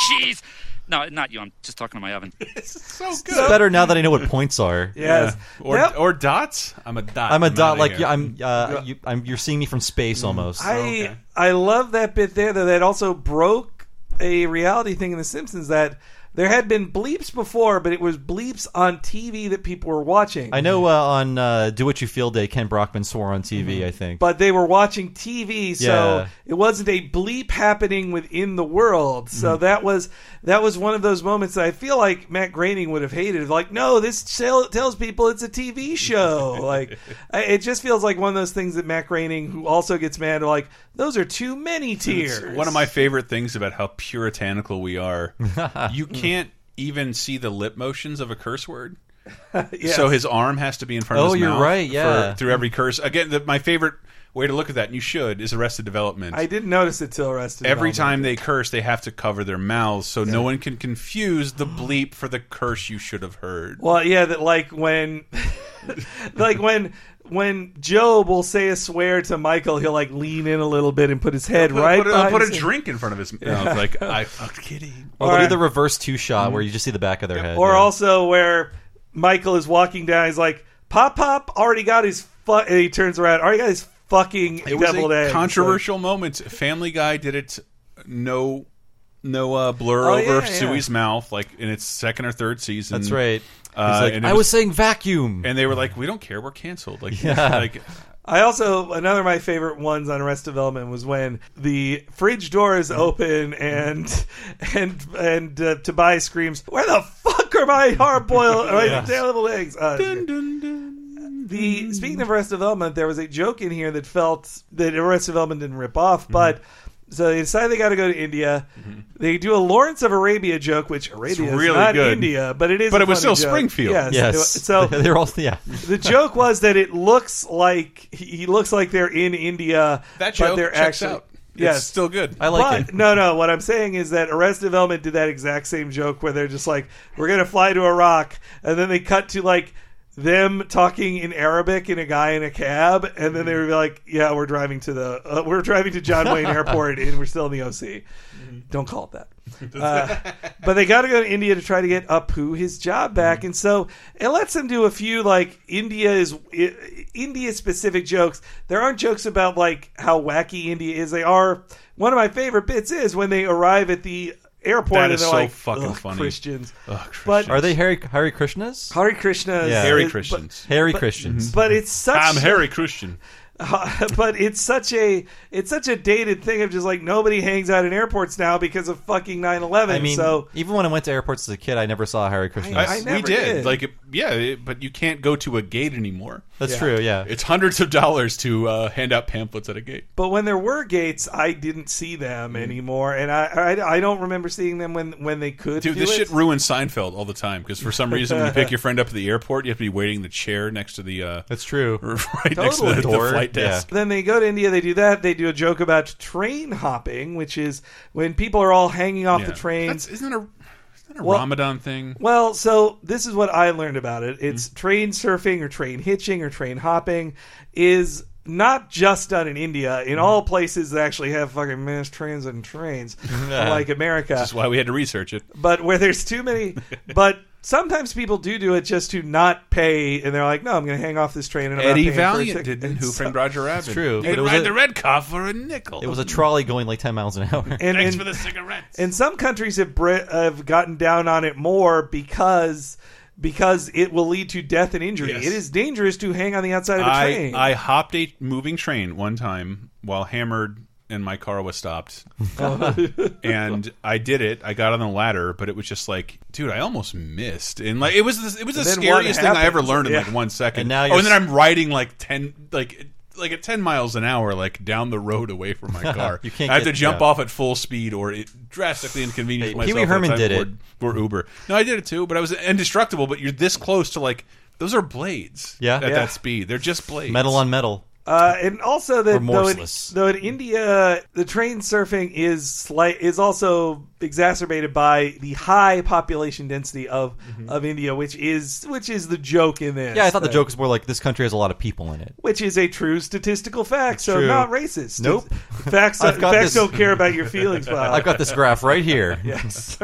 S12: Jeez. No, not you. I'm just talking to my oven.
S1: so good.
S3: It's better now that I know what points
S4: [laughs]
S3: are.
S1: Yeah. Uh, Or, or dots? I'm a dot.
S3: I'm a dot.
S1: outta
S3: Like
S1: here.
S3: yeah, I'm. Uh, you, I'm. You're seeing me from space almost.
S4: Mm, I I love that bit there that that also broke a reality thing in The Simpsons that there had been bleeps before, but it was bleeps on TV that people were watching.
S3: I know uh, on uh, Do What You Feel Day, Ken Brockman swore on TV. I think.
S4: Mm-hmm. But they were watching TV, so
S3: Yeah.
S4: it wasn't a bleep happening within the world. So
S1: Mm-hmm.
S3: Mhm.
S4: that was that was one of those moments that I feel like Matt Groening would have hated. Like, no, this tell, tells people it's a
S1: [laughs]
S4: TV show. like, I, it just feels like one of those things that Matt Groening, who also gets mad, like those are too many
S1: It's
S4: tears.
S1: One
S4: [laughs]
S1: of my favorite things about how puritanical we
S3: [laughs]
S1: are. you can't even see the lip motions of a curse word.
S4: Yes.
S1: So his arm has to be in front of
S3: Oh,
S1: his
S3: you're
S1: mouth
S3: right, yeah.
S1: for- through every curse. Again, the, my favorite way to look at that, and you should, is Arrested Development.
S4: I didn't notice it till Arrested.
S1: Every
S4: Development.
S1: time they curse, they have to cover their mouths so no one can confuse the bleep for the curse you should have heard.
S4: Well, yeah, that like when, [laughs] like when when Job will say a swear to Michael, he'll like lean in a little bit and put his head
S1: He'll put-
S4: right.
S1: put a-
S4: behind
S1: put a
S4: his-
S1: drink in front of his mouth, [laughs] like, I fucked Kitty.
S3: Or,
S4: Or- Mm-hmm.
S3: they'll do the reverse two shot where you just see the back of their head.
S4: Or also where Michael is walking down, he's like, "Pop, pop!" Already got his fuck. He turns around, already got his fucking
S1: It was
S4: deviled egg.
S1: a
S4: It's
S1: controversial moment. Family Guy did it no no uh, blur
S3: Oh,
S1: over
S3: yeah, yeah.
S1: Suey's mouth like in its second or third season.
S3: That's right.
S1: Uh,
S3: He's like,
S1: and it
S3: I was saying vacuum,
S1: and they were like, "We don't care. We're canceled." Like,
S3: Yeah.
S1: [laughs] like
S4: I also another of my favorite ones on Arrest Development was when the fridge door is open and [laughs] and and uh, Tobias screams, "Where the fuck are my hard
S1: [laughs]
S4: boiled or my
S18: Yes.
S4: terrible eggs?" Uh,
S1: Mm-hmm.
S4: the speaking of Arrest Development, there was a joke in here that felt that Arrest Development didn't rip off,
S1: Mm-hmm.
S4: but. So they decide they got to go to India. They do a Lawrence of Arabia joke, which Arabia is
S1: really
S4: not
S1: good.
S4: India, but it is.
S1: But
S4: a
S1: it was
S4: funny
S1: still
S4: joke.
S1: Springfield.
S4: Yes.
S1: Yes.
S4: It-
S3: [laughs]
S4: so
S3: they're all yeah.
S4: the joke was that it looks like he looks like they're in India,
S1: That
S4: but
S1: joke
S4: they're
S1: checks
S4: actually
S1: out. It's
S4: yes,
S1: still good.
S3: I like
S4: But- No, no. What I'm saying is that Arrested Development did that exact same joke where they're just like, "We're gonna fly to Iraq," and then they cut to like them talking in Arabic and a guy in a cab, and then they
S3: Mm-hmm.
S4: were like, "Yeah, we're driving to the uh, we're driving to John
S3: [laughs]
S4: Wayne Airport, and we're still in the OC."
S3: Mm-hmm.
S4: Don't call it that. Uh, but they got to go to India to try to get Apu his job
S3: Mm-hmm.
S4: back, and so it lets them do a few like India is India specific jokes. There aren't jokes about like how wacky India is. They are one of my favorite bits is when they arrive at the airport
S3: That
S4: and
S3: is
S4: they're
S3: so
S4: like
S3: fucking
S4: "Ugh,
S3: funny."
S4: Christians.
S1: Ugh,
S4: But
S3: are they Harry Harry Krishnas?
S4: Harry Krishnas,
S3: Yeah.
S4: Harry
S3: It- but-
S1: Christians.
S3: Harry
S4: but- mm-hmm.
S3: Christians.
S4: But it's such
S1: I'm Harry Christian.
S4: [laughs] but it's such a it's such a dated thing of just like nobody hangs out in airports now because of fucking 9/11.
S3: I mean,
S4: so
S3: even when I went to airports as a kid, I never saw Harry Krishnas.
S1: I- we did. Like, it, yeah, it, but you can't go to a gate anymore.
S3: That's Yeah. true, yeah.
S1: it's hundreds of dollars to uh, hand out pamphlets at a gate.
S4: But when there were gates, I didn't see
S1: Mm.
S4: them anymore, and I, I I don't remember seeing them when when they could.
S1: Dude,
S4: do
S1: this
S4: it.
S1: shit ruins Seinfeld all the time because for some reason, when you pick your friend up at the airport, you have to be waiting in the chair next to the. Uh,
S3: That's true.
S1: [laughs] Right next to the, the flight desk.
S4: Then they go to India, they do that. They do a joke about train hopping, which is when people are all hanging off
S1: Yeah.
S4: the trains.
S1: isn't that a, isn't that a
S4: Well-
S1: Ramadan thing?
S4: Well, so this is what I learned about it. It's
S1: Mm.
S4: train surfing or train hitching or train hopping is not just done in India,
S1: Mm.
S4: in all places that actually have fucking mass transit
S1: [laughs]
S4: and trains,
S1: Yeah.
S4: like America.
S1: This is why we had to research it.
S4: but where there's
S1: [laughs]
S4: too many but sometimes people do do it just to not pay and they're like no i'm going to hang off this train and I'm
S1: Eddie
S4: not paying for a
S1: Valiant
S4: ticket."
S1: did in
S4: And
S1: Who
S4: so-
S1: Framed Roger Rabbit.
S3: true,
S1: You
S3: but
S1: could
S3: it was
S1: ride
S3: a-
S1: the red car for a nickel.
S3: It was a trolley going like ten miles an hour.
S4: and, and, for the cigarettes and some countries have, bri- have gotten down on it more because because it will lead to death and injury
S1: Yes.
S4: it is dangerous to hang on the outside of a
S1: I,
S4: train
S1: I hopped a moving train one time while hammered and my car was
S4: [laughs]
S1: stopped. and I did it. I got on the ladder, but it was just like, dude, I almost missed. And like it was the, it was the
S4: Then what
S1: scariest thing I ever
S4: happens?
S1: learned in
S4: Yeah.
S1: like one second.
S3: And now
S1: oh,
S3: you're
S1: and then
S3: s-
S1: I'm riding like 10 like like at ten miles an hour, like down the road away from my
S3: [laughs]
S1: car.
S3: You can't
S1: I have
S3: get-
S1: to jump
S3: yeah.
S1: off at full speed, or it drastically inconvenience
S3: Hey,
S1: myself.
S3: Pee Wee
S1: by the
S3: Herman
S1: time
S3: did it.
S1: We're, we're Uber. No, I did it too, but I was indestructible. But you're this close to like those are blades.
S3: Yeah.
S1: at
S3: Yeah.
S1: that speed, they're just blades.
S3: [laughs] Metal on metal.
S4: Uh, and also that though in,
S3: Remorseless.
S4: though in India the train surfing is slight is also exacerbated by the high population density of
S1: Mm-hmm.
S4: of India, which is which is the joke in this.
S3: Yeah, I thought the
S4: Uh,
S3: joke was more like this country has a lot of people in it.
S4: which is a true statistical fact, so
S3: true.
S4: not racist.
S3: Nope.
S4: Facts,
S3: I've got
S4: facts
S3: this-
S4: don't care about
S1: [laughs]
S4: your feelings, Bob.
S3: I've got this graph right here.
S4: yes.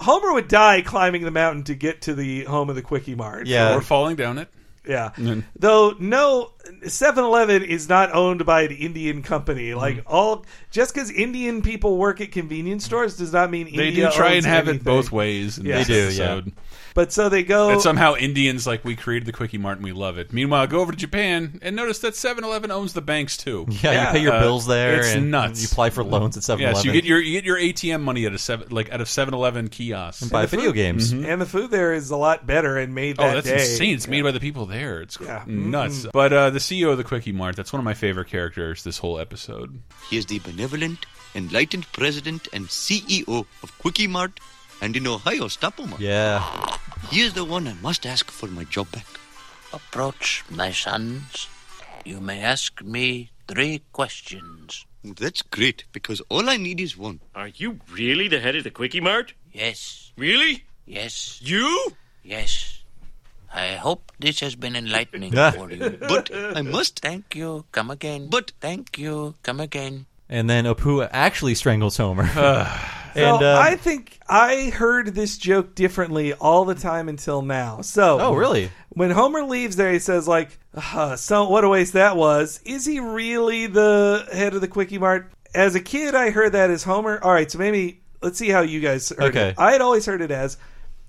S4: Homer would die climbing the mountain to get to the home of the Quickie Mart.
S1: or falling down it.
S4: Yeah.
S1: Mm.
S4: Though no 7-Eleven is not owned by an Indian
S1: Mm-hmm.
S4: company. Like all just cuz Indian people work at convenience stores does not mean
S1: They
S4: India
S1: do try
S4: owns
S1: and have
S4: anything.
S1: it both ways. In
S4: Yeah.
S1: this
S4: They do, yeah.
S1: episode.
S4: But so they go
S1: And somehow Indians like we created the Quickie Mart and we love it. Meanwhile, go over to Japan and notice that 7-Eleven owns the banks too.
S3: [laughs] [laughs] Yeah, you pay your
S1: Uh,
S3: bills there.
S1: It's
S3: and
S1: nuts.
S3: You apply for loans at 7
S1: Yeah, so you
S3: Eleven.
S1: get your you get your ATM money at a seven like at a 7-Eleven kiosk
S3: And buy And the video food- games.
S1: Mhm.
S4: and the food there is a lot better and made
S1: Oh,
S4: that
S1: that's
S4: day.
S1: insane! It's made by the people there. It's cr-
S4: Yeah. Mm-hmm.
S1: nuts.
S4: Mm-mm.
S1: But uh, the CEO of the Quickie Mart—that's one of my favorite characters. This whole episode.
S17: He is the benevolent, enlightened president and CEO of Quickie Mart and in Ohio, Stapelmart.
S3: Yeah.
S17: He is the one I must ask for my job back.
S5: Approach, my sons. You may ask me three questions.
S17: That's great, because all I need is one.
S2: Are you really the head of the Quickie Mart?
S5: Yes,
S2: Really?
S5: yes,
S2: You?
S5: yes. I hope this has been enlightening
S3: Yeah.
S5: for you.
S17: But
S19: [laughs]
S17: I must.
S5: Thank you. Come again. But thank you. Come again.
S3: and then Apu actually strangles Homer.
S4: So
S3: and uh,
S1: um,
S4: I think I heard this joke differently all the time until now. So
S3: Oh, really?
S4: When Homer leaves there, he says like, uh, "So what a waste that was." Is he really the head of the Quickie Mart? As a kid, I heard that as Homer. All right, so maybe let's see how you guys heard
S3: Okay.
S4: it. I had always heard it as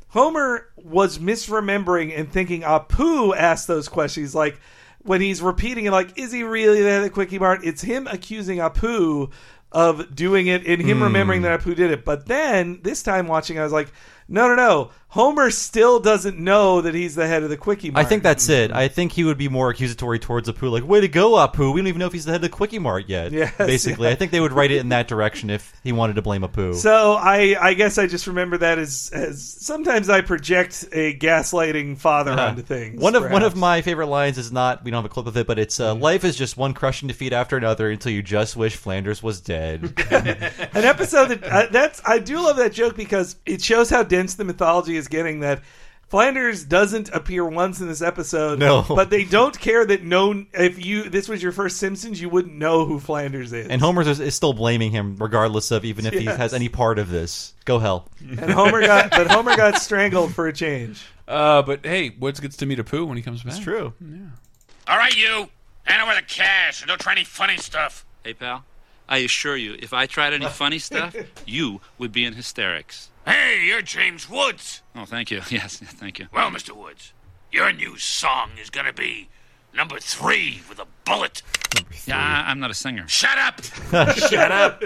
S4: Homer was misremembering and thinking Apu asked those questions. Like when he's repeating it, like, is he really the head of Quickie Mart? It's him accusing Apu of doing it and him
S3: Hmm.
S4: remembering that Apu did it. But then this time watching, I was like, no, no, no. Homer still doesn't know that he's the head of the Quickie
S3: I
S4: Mart.
S3: think that's it. I think he would be more accusatory towards Apu, like "Way to go, Apu! We don't even know if he's the head of the Quickie Mart yet."
S4: [laughs] Yes,
S3: basically,
S4: yeah.
S3: I think they would write it in that direction if he wanted to blame Apu.
S4: So I, I guess I just remember that as, as sometimes I project a gaslighting father
S3: Yeah.
S4: onto things.
S3: Uh-huh. One of one
S4: perhaps.
S3: of my favorite lines is not we don't have a clip of it, but it's
S4: Mm-hmm.
S3: uh, life is just one crushing defeat after another until you just wish Flanders was
S4: [laughs]
S3: dead.
S4: an episode that uh, that's I do love that joke because it shows how dense the mythology is getting that Flanders doesn't appear once in this episode.
S3: No.
S4: but they don't care that no. If you this was your first Simpsons, you wouldn't know who Flanders is.
S3: and Homer is, is still blaming him, regardless of even if he
S4: Yes.
S3: has any part of this. Go hell.
S4: And Homer got but Homer got strangled for a change.
S1: Uh, but hey, Woods gets to meet a poo when he comes back. It's
S3: true.
S4: Mm.
S10: All right, you. Hand over the cash and don't try any funny stuff.
S12: Hey, pal, I assure you, if I tried any funny stuff, you would be in hysterics.
S10: Hey, you're James Woods.
S12: Oh, thank you. [laughs] Yes, thank you.
S10: Well, Mr. Woods, your new song is going to be number three with a bullet.
S12: Yeah, I- I'm not a singer.
S10: Shut up!
S1: Shut up.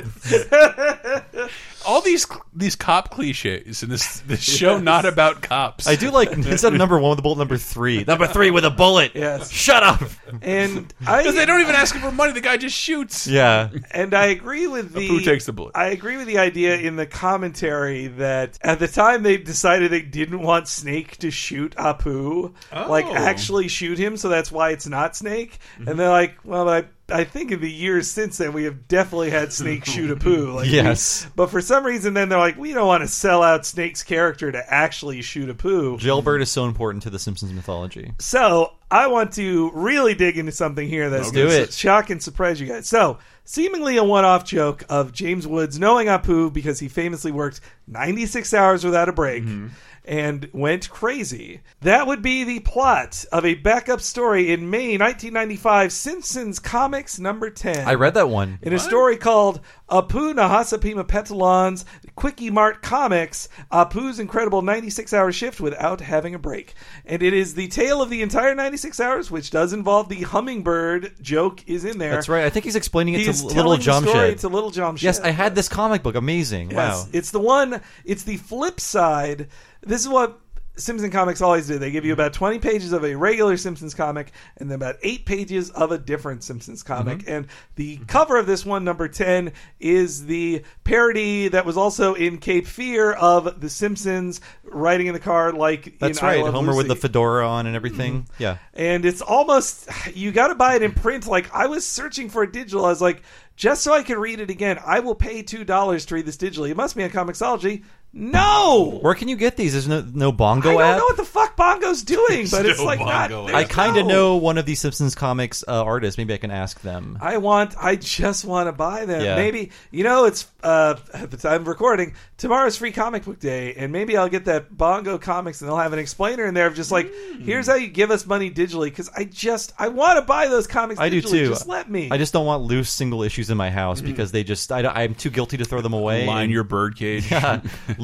S1: All these these cop cliches in this this show not about cops.
S3: I do
S4: [laughs]
S3: like instead of number one with a bullet, number three. Number three with a bullet.
S4: Yes.
S3: Shut up.
S4: And I,
S1: 'Cause they don't even ask him for money. The guy just shoots.
S3: Yeah.
S4: and I agree with the
S1: Apu takes the bullet.
S4: I agree with the idea in the commentary that at the time they decided they didn't want Snake to shoot Apu, like
S1: Oh.
S4: actually shoot him, so that's why it's not Snake.
S1: Mm-hmm.
S4: And they're like, well, I I think in the years since then we have definitely had Snake shoot
S1: [laughs]
S4: Apu. Like, we-
S3: [laughs] Yes.
S4: but for some reason, then they're like, we don't want to sell out Snake's character to actually shoot Apu.
S3: Jailbird is so important to the Simpsons mythology.
S4: So I want to really dig into something here that's
S3: Let's do
S4: gonna
S3: it.
S4: shock and surprise you guys. So seemingly a one-off joke of James Woods knowing Apu because he famously worked 96 hours without a break
S3: Mm-hmm.
S4: and went crazy. That would be the plot of a backup story in May 1995, Simpsons Comics number 10.
S3: I read that one.
S4: In a story called Apu Nahasapima Petalon's Quickie Mart Comics, Apu's incredible 96 hour shift without having a break. And it is the tale of the entire 96 hours, which does involve the hummingbird joke is in there.
S3: That's right. I think he's explaining it
S4: He
S3: to
S4: is
S3: Little
S4: telling the story
S3: Jumshed.
S4: to Little Jumshed.
S3: Yes, I had this comic book. Amazing.
S4: Yes,
S3: Wow.
S4: It's the one, it's the flip side. This is what Simpson comics always do. They give you about 20 pages of a regular Simpsons comic and then about eight pages of a different Simpsons comic.
S3: Mm-hmm.
S4: And the cover of this one, number 10, is the parody that was also in Cape Fear of The Simpsons riding in the car like
S3: That's
S4: in I
S3: right.
S4: Love
S3: Homer with
S4: Lucy Mm-hmm.
S3: the fedora on and everything. Yeah.
S4: and it's almost you got to buy it in print. Like I was searching for it digital, I was like, just so I can read it again, I will pay two dollars to read this digitally. It must be on Comixology. No,
S3: Where can you get these? There's no no bongo
S4: I don't
S3: app.
S4: know what the fuck Bongo's doing, but it's
S1: No
S4: like
S1: Bongo
S4: not.
S1: app.
S3: I
S4: there's
S3: kind of
S4: no-
S3: know one of these Simpsons comics uh, artists. Maybe I can ask them.
S4: I want. I just want to buy them.
S3: Yeah.
S4: Maybe you know it's uh, [laughs] at the time of recording. Tomorrow's free comic book day, and maybe I'll get that Bongo Comics, and they'll have an explainer in there of just like,
S1: Hmm.
S4: here's how you give us money digitally. Because I just I want to buy those comics.
S3: I do
S4: digitally.
S3: too.
S4: Just let me.
S3: I just don't want loose single issues in my
S4: Mm.
S3: house because they just. I, don't- I'm too guilty to throw them away.
S1: Line
S3: And-
S1: your birdcage.
S3: [laughs]
S4: [laughs]
S3: Yeah.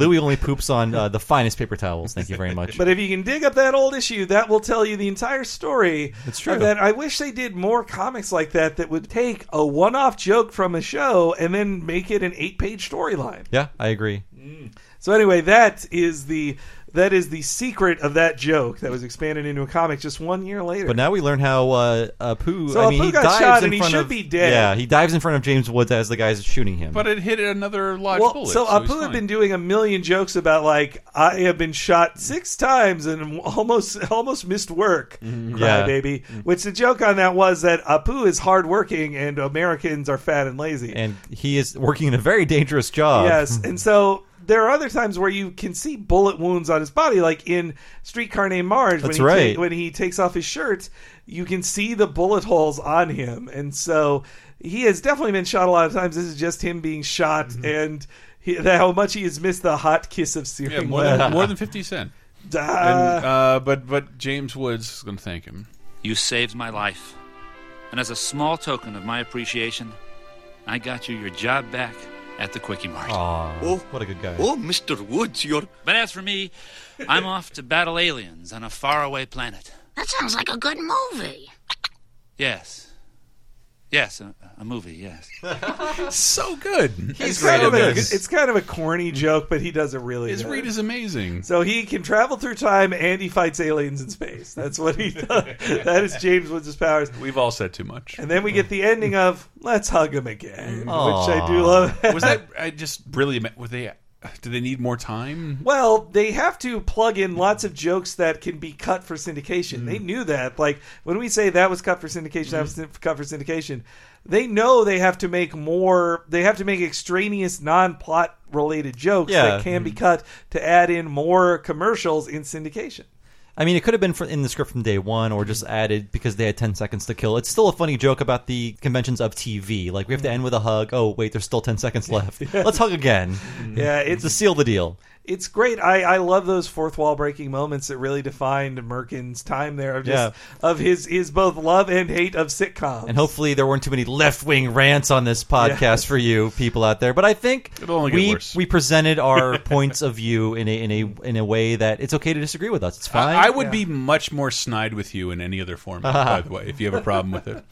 S3: Louis only poops on uh, the finest paper towels. Thank you very much.
S4: But if you can dig up that old issue, that will tell you the entire story. That's
S3: true.
S4: That I wish they did more comics like that that would take a one-off joke from a show and then make it an eight-page storyline.
S3: yeah, I agree.
S4: So anyway, that is the that is the secret of that joke that was expanded into a comic just one year later.
S3: But now we learn how uh, uh, Pooh.
S4: So
S3: I mean,
S4: Apu
S3: he
S4: got
S3: dives
S4: shot
S3: in
S4: and he
S3: front
S4: should
S3: of,
S4: be dead.
S3: Yeah, he dives in front of James Woods as the guy's shooting him.
S1: But it hit another live
S4: well,
S1: bullet.
S4: so
S1: he's
S4: Apu had
S1: fine.
S4: been doing a million jokes about like I have been shot six times and [laughs] almost almost missed work, crybaby.
S3: Yeah.
S4: Which the joke on that was that Apu is hardworking and Americans are fat and lazy.
S3: and he is working in a very dangerous job.
S4: Yes, and so there are other times where you can see bullet wounds on his body, like in Streetcar Named Marge.
S3: That's
S4: when he
S3: right.
S4: when he takes off his shirt, you can see the bullet holes on him, and so he has definitely been shot a lot of times. This is just him being shot,
S3: Mm-hmm.
S4: and he, that how much he has missed the hot kiss of searing
S1: yeah, more
S4: lead. [laughs]
S1: than more than fifty cent.
S4: Duh.
S1: And, uh, but but James Woods is going to thank him.
S12: You saved my life. And as a small token of my appreciation, I got you your job back at the Quickie Mart.
S3: Aw, [laughs] what a good guy.
S17: oh,
S12: Mr. Woods, you're. But as for me, I'm off to battle aliens on a faraway planet.
S7: That sounds like a good movie.
S12: Yes. Yes, a, a movie, yes.
S1: so good.
S4: It's
S1: He's
S4: kind, of a, it's kind of a corny
S3: Mm-hmm.
S4: joke, but he does it really.
S1: His
S4: good.
S1: read is amazing.
S4: So he can travel through time and he fights aliens in space. That's what
S3: [laughs]
S4: he does. that is James Woods' powers.
S1: We've all said too much.
S4: And then we get the ending of "Let's hug him again," which I do
S1: Aw.
S4: love. [laughs]
S1: was that I just really ama- were they? Do they need more time?
S4: Well, they have to plug in lots of jokes that can be cut for syndication. They knew that. Like when we say that was cut for syndication, that was cut for syndication. They know they have to make more. They have to make extraneous, non-plot related jokes
S3: Yeah.
S4: that can be cut to add in more commercials in syndication.
S3: I mean, it could have been fr- in the script from day one, or just added because they had ten seconds to kill. It's still a funny joke about the conventions of TV. Like we have to
S4: Mm.
S3: end with a hug. Oh wait, there's still ten
S4: [laughs]
S3: seconds left. Let's hug again.
S4: Yeah, it's
S3: to seal the deal.
S4: it's great. I, I love those fourth wall breaking moments that really defined Merkin's time there of just of his his both love and hate of sitcoms.
S3: And hopefully there weren't too many left wing rants on this podcast for you people out there. But I think
S1: It'll only get
S3: we
S1: worse.
S3: we presented our points of view in a in a in a way that it's okay to disagree with us. It's fine.
S1: I, I would be much more snide with you in any other format. by the way, if you have a problem with it,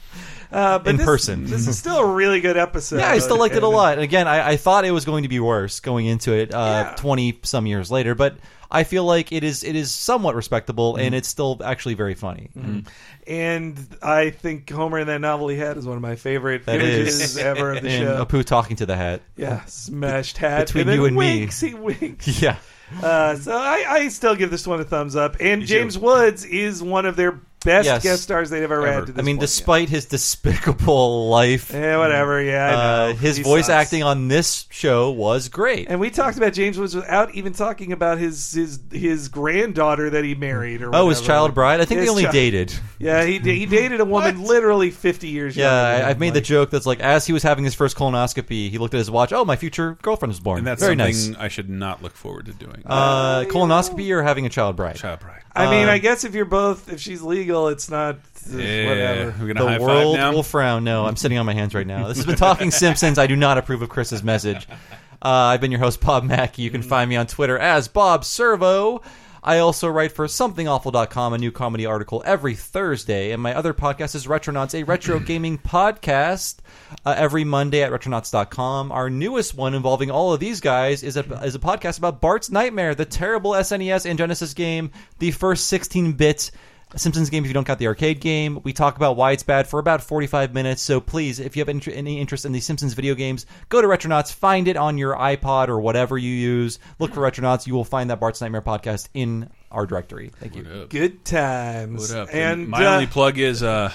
S4: Uh, but
S3: in
S4: this-
S3: person.
S4: this is still a really good episode.
S3: Yeah, I still liked it a
S4: And-
S3: lot. And again, I, I thought it was going to be worse going into it uh, twenty some years later, but I feel like it is it is somewhat respectable and it's still actually very funny. Mm-hmm.
S4: And I think Homer in that novel he had is one of my favorite
S3: That
S4: images
S3: is
S4: [laughs] ever
S3: [laughs]
S4: of the
S3: and
S4: show.
S3: Apu talking to the hat. [laughs]
S4: yeah, smashed hat
S3: Between
S4: then
S3: you and me.
S4: winks, He winks.
S3: Yeah.
S4: Uh, so I, I still give this one a thumbs up. And James Woods is one of their best
S3: Yes.
S4: guest stars they've ever, had. To this
S3: I mean,
S4: point.
S3: despite his despicable life,
S4: Eh, whatever. Yeah, I
S3: uh,
S4: know.
S3: his
S4: He
S3: voice
S4: sucks.
S3: acting on this show was great.
S4: And we talked about James Woods without even talking about his his his granddaughter that he married. Or
S3: Oh, his
S4: whatever.
S3: child bride? I think they
S4: His
S3: only
S4: chi- [laughs]
S3: dated.
S4: Yeah, he da- he dated a woman literally fifty years.
S3: Yeah,
S4: younger than
S3: I, I've
S4: him,
S3: made the
S4: like-
S3: joke that's like, as he was having his first colonoscopy, he looked at his watch. Oh, my future girlfriend was born.
S1: and that's
S3: very
S1: something
S3: nice.
S1: I should not look forward to doing.
S4: Oh,
S3: Uh, colonoscopy or having a child bride?
S1: Child bride.
S4: I mean,
S3: Uh,
S4: I guess if you're both, if she's legal, it's not
S1: Yeah,
S4: whatever.
S1: we're gonna
S3: the
S1: high
S3: world
S1: five now.
S3: will frown. No, I'm sitting on my hands right now. This has been Talking Simpsons. I do not approve of Chris's message. Uh, I've been your host, Bob Mackey. You can find me on Twitter as Bob Servo. I also write for somethingawful.com, a new comedy article every Thursday. And my other podcast is Retronauts, a retro gaming podcast uh, every Monday at retronauts.com. Our newest one involving all of these guys is a, is a podcast about Bart's Nightmare, the terrible SNES and Genesis game, the first 16 bit Simpsons game if you don't got the arcade game. We talk about why it's bad for about 45 minutes. So please, if you have int- any interest in the Simpsons video games, go to Retronauts, find it on your iPod or whatever you use. Look for Retronauts. You will find that Bart's Nightmare podcast in our directory. Thank you.
S4: Good times.
S1: What up?
S4: And
S1: my
S4: uh,
S1: only plug is uh,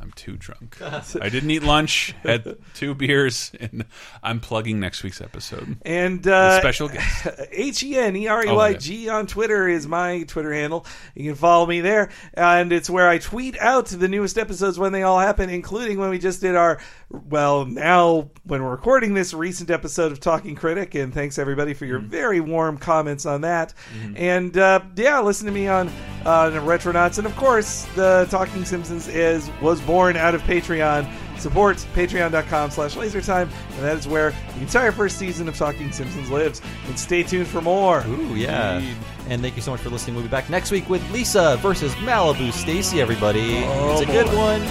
S1: I'm too
S4: [laughs]
S1: drunk. I didn't eat lunch, had two beers, and I'm plugging next week's episode.
S4: And uh,
S1: With special Oh, guest.
S4: H E N E R E Y G on Twitter is my Twitter handle. You can follow me there, and it's where I tweet out the newest episodes when they all happen, including when we just did our well now when we're recording this recent episode of Talking Critic. And thanks everybody for your very warm comments on that. And uh, yeah, listen to me on on Retronauts, and of course the Talking Simpsons is was born out of Patreon support patreon.com slash lasertime and that is where the entire first season of talking simpsons lives and stay tuned for more
S3: Ooh, yeah. And thank you so much for listening. We'll be back next week with Lisa versus Malibu Stacy, everybody. it's a good one.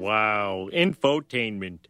S2: Wow, infotainment.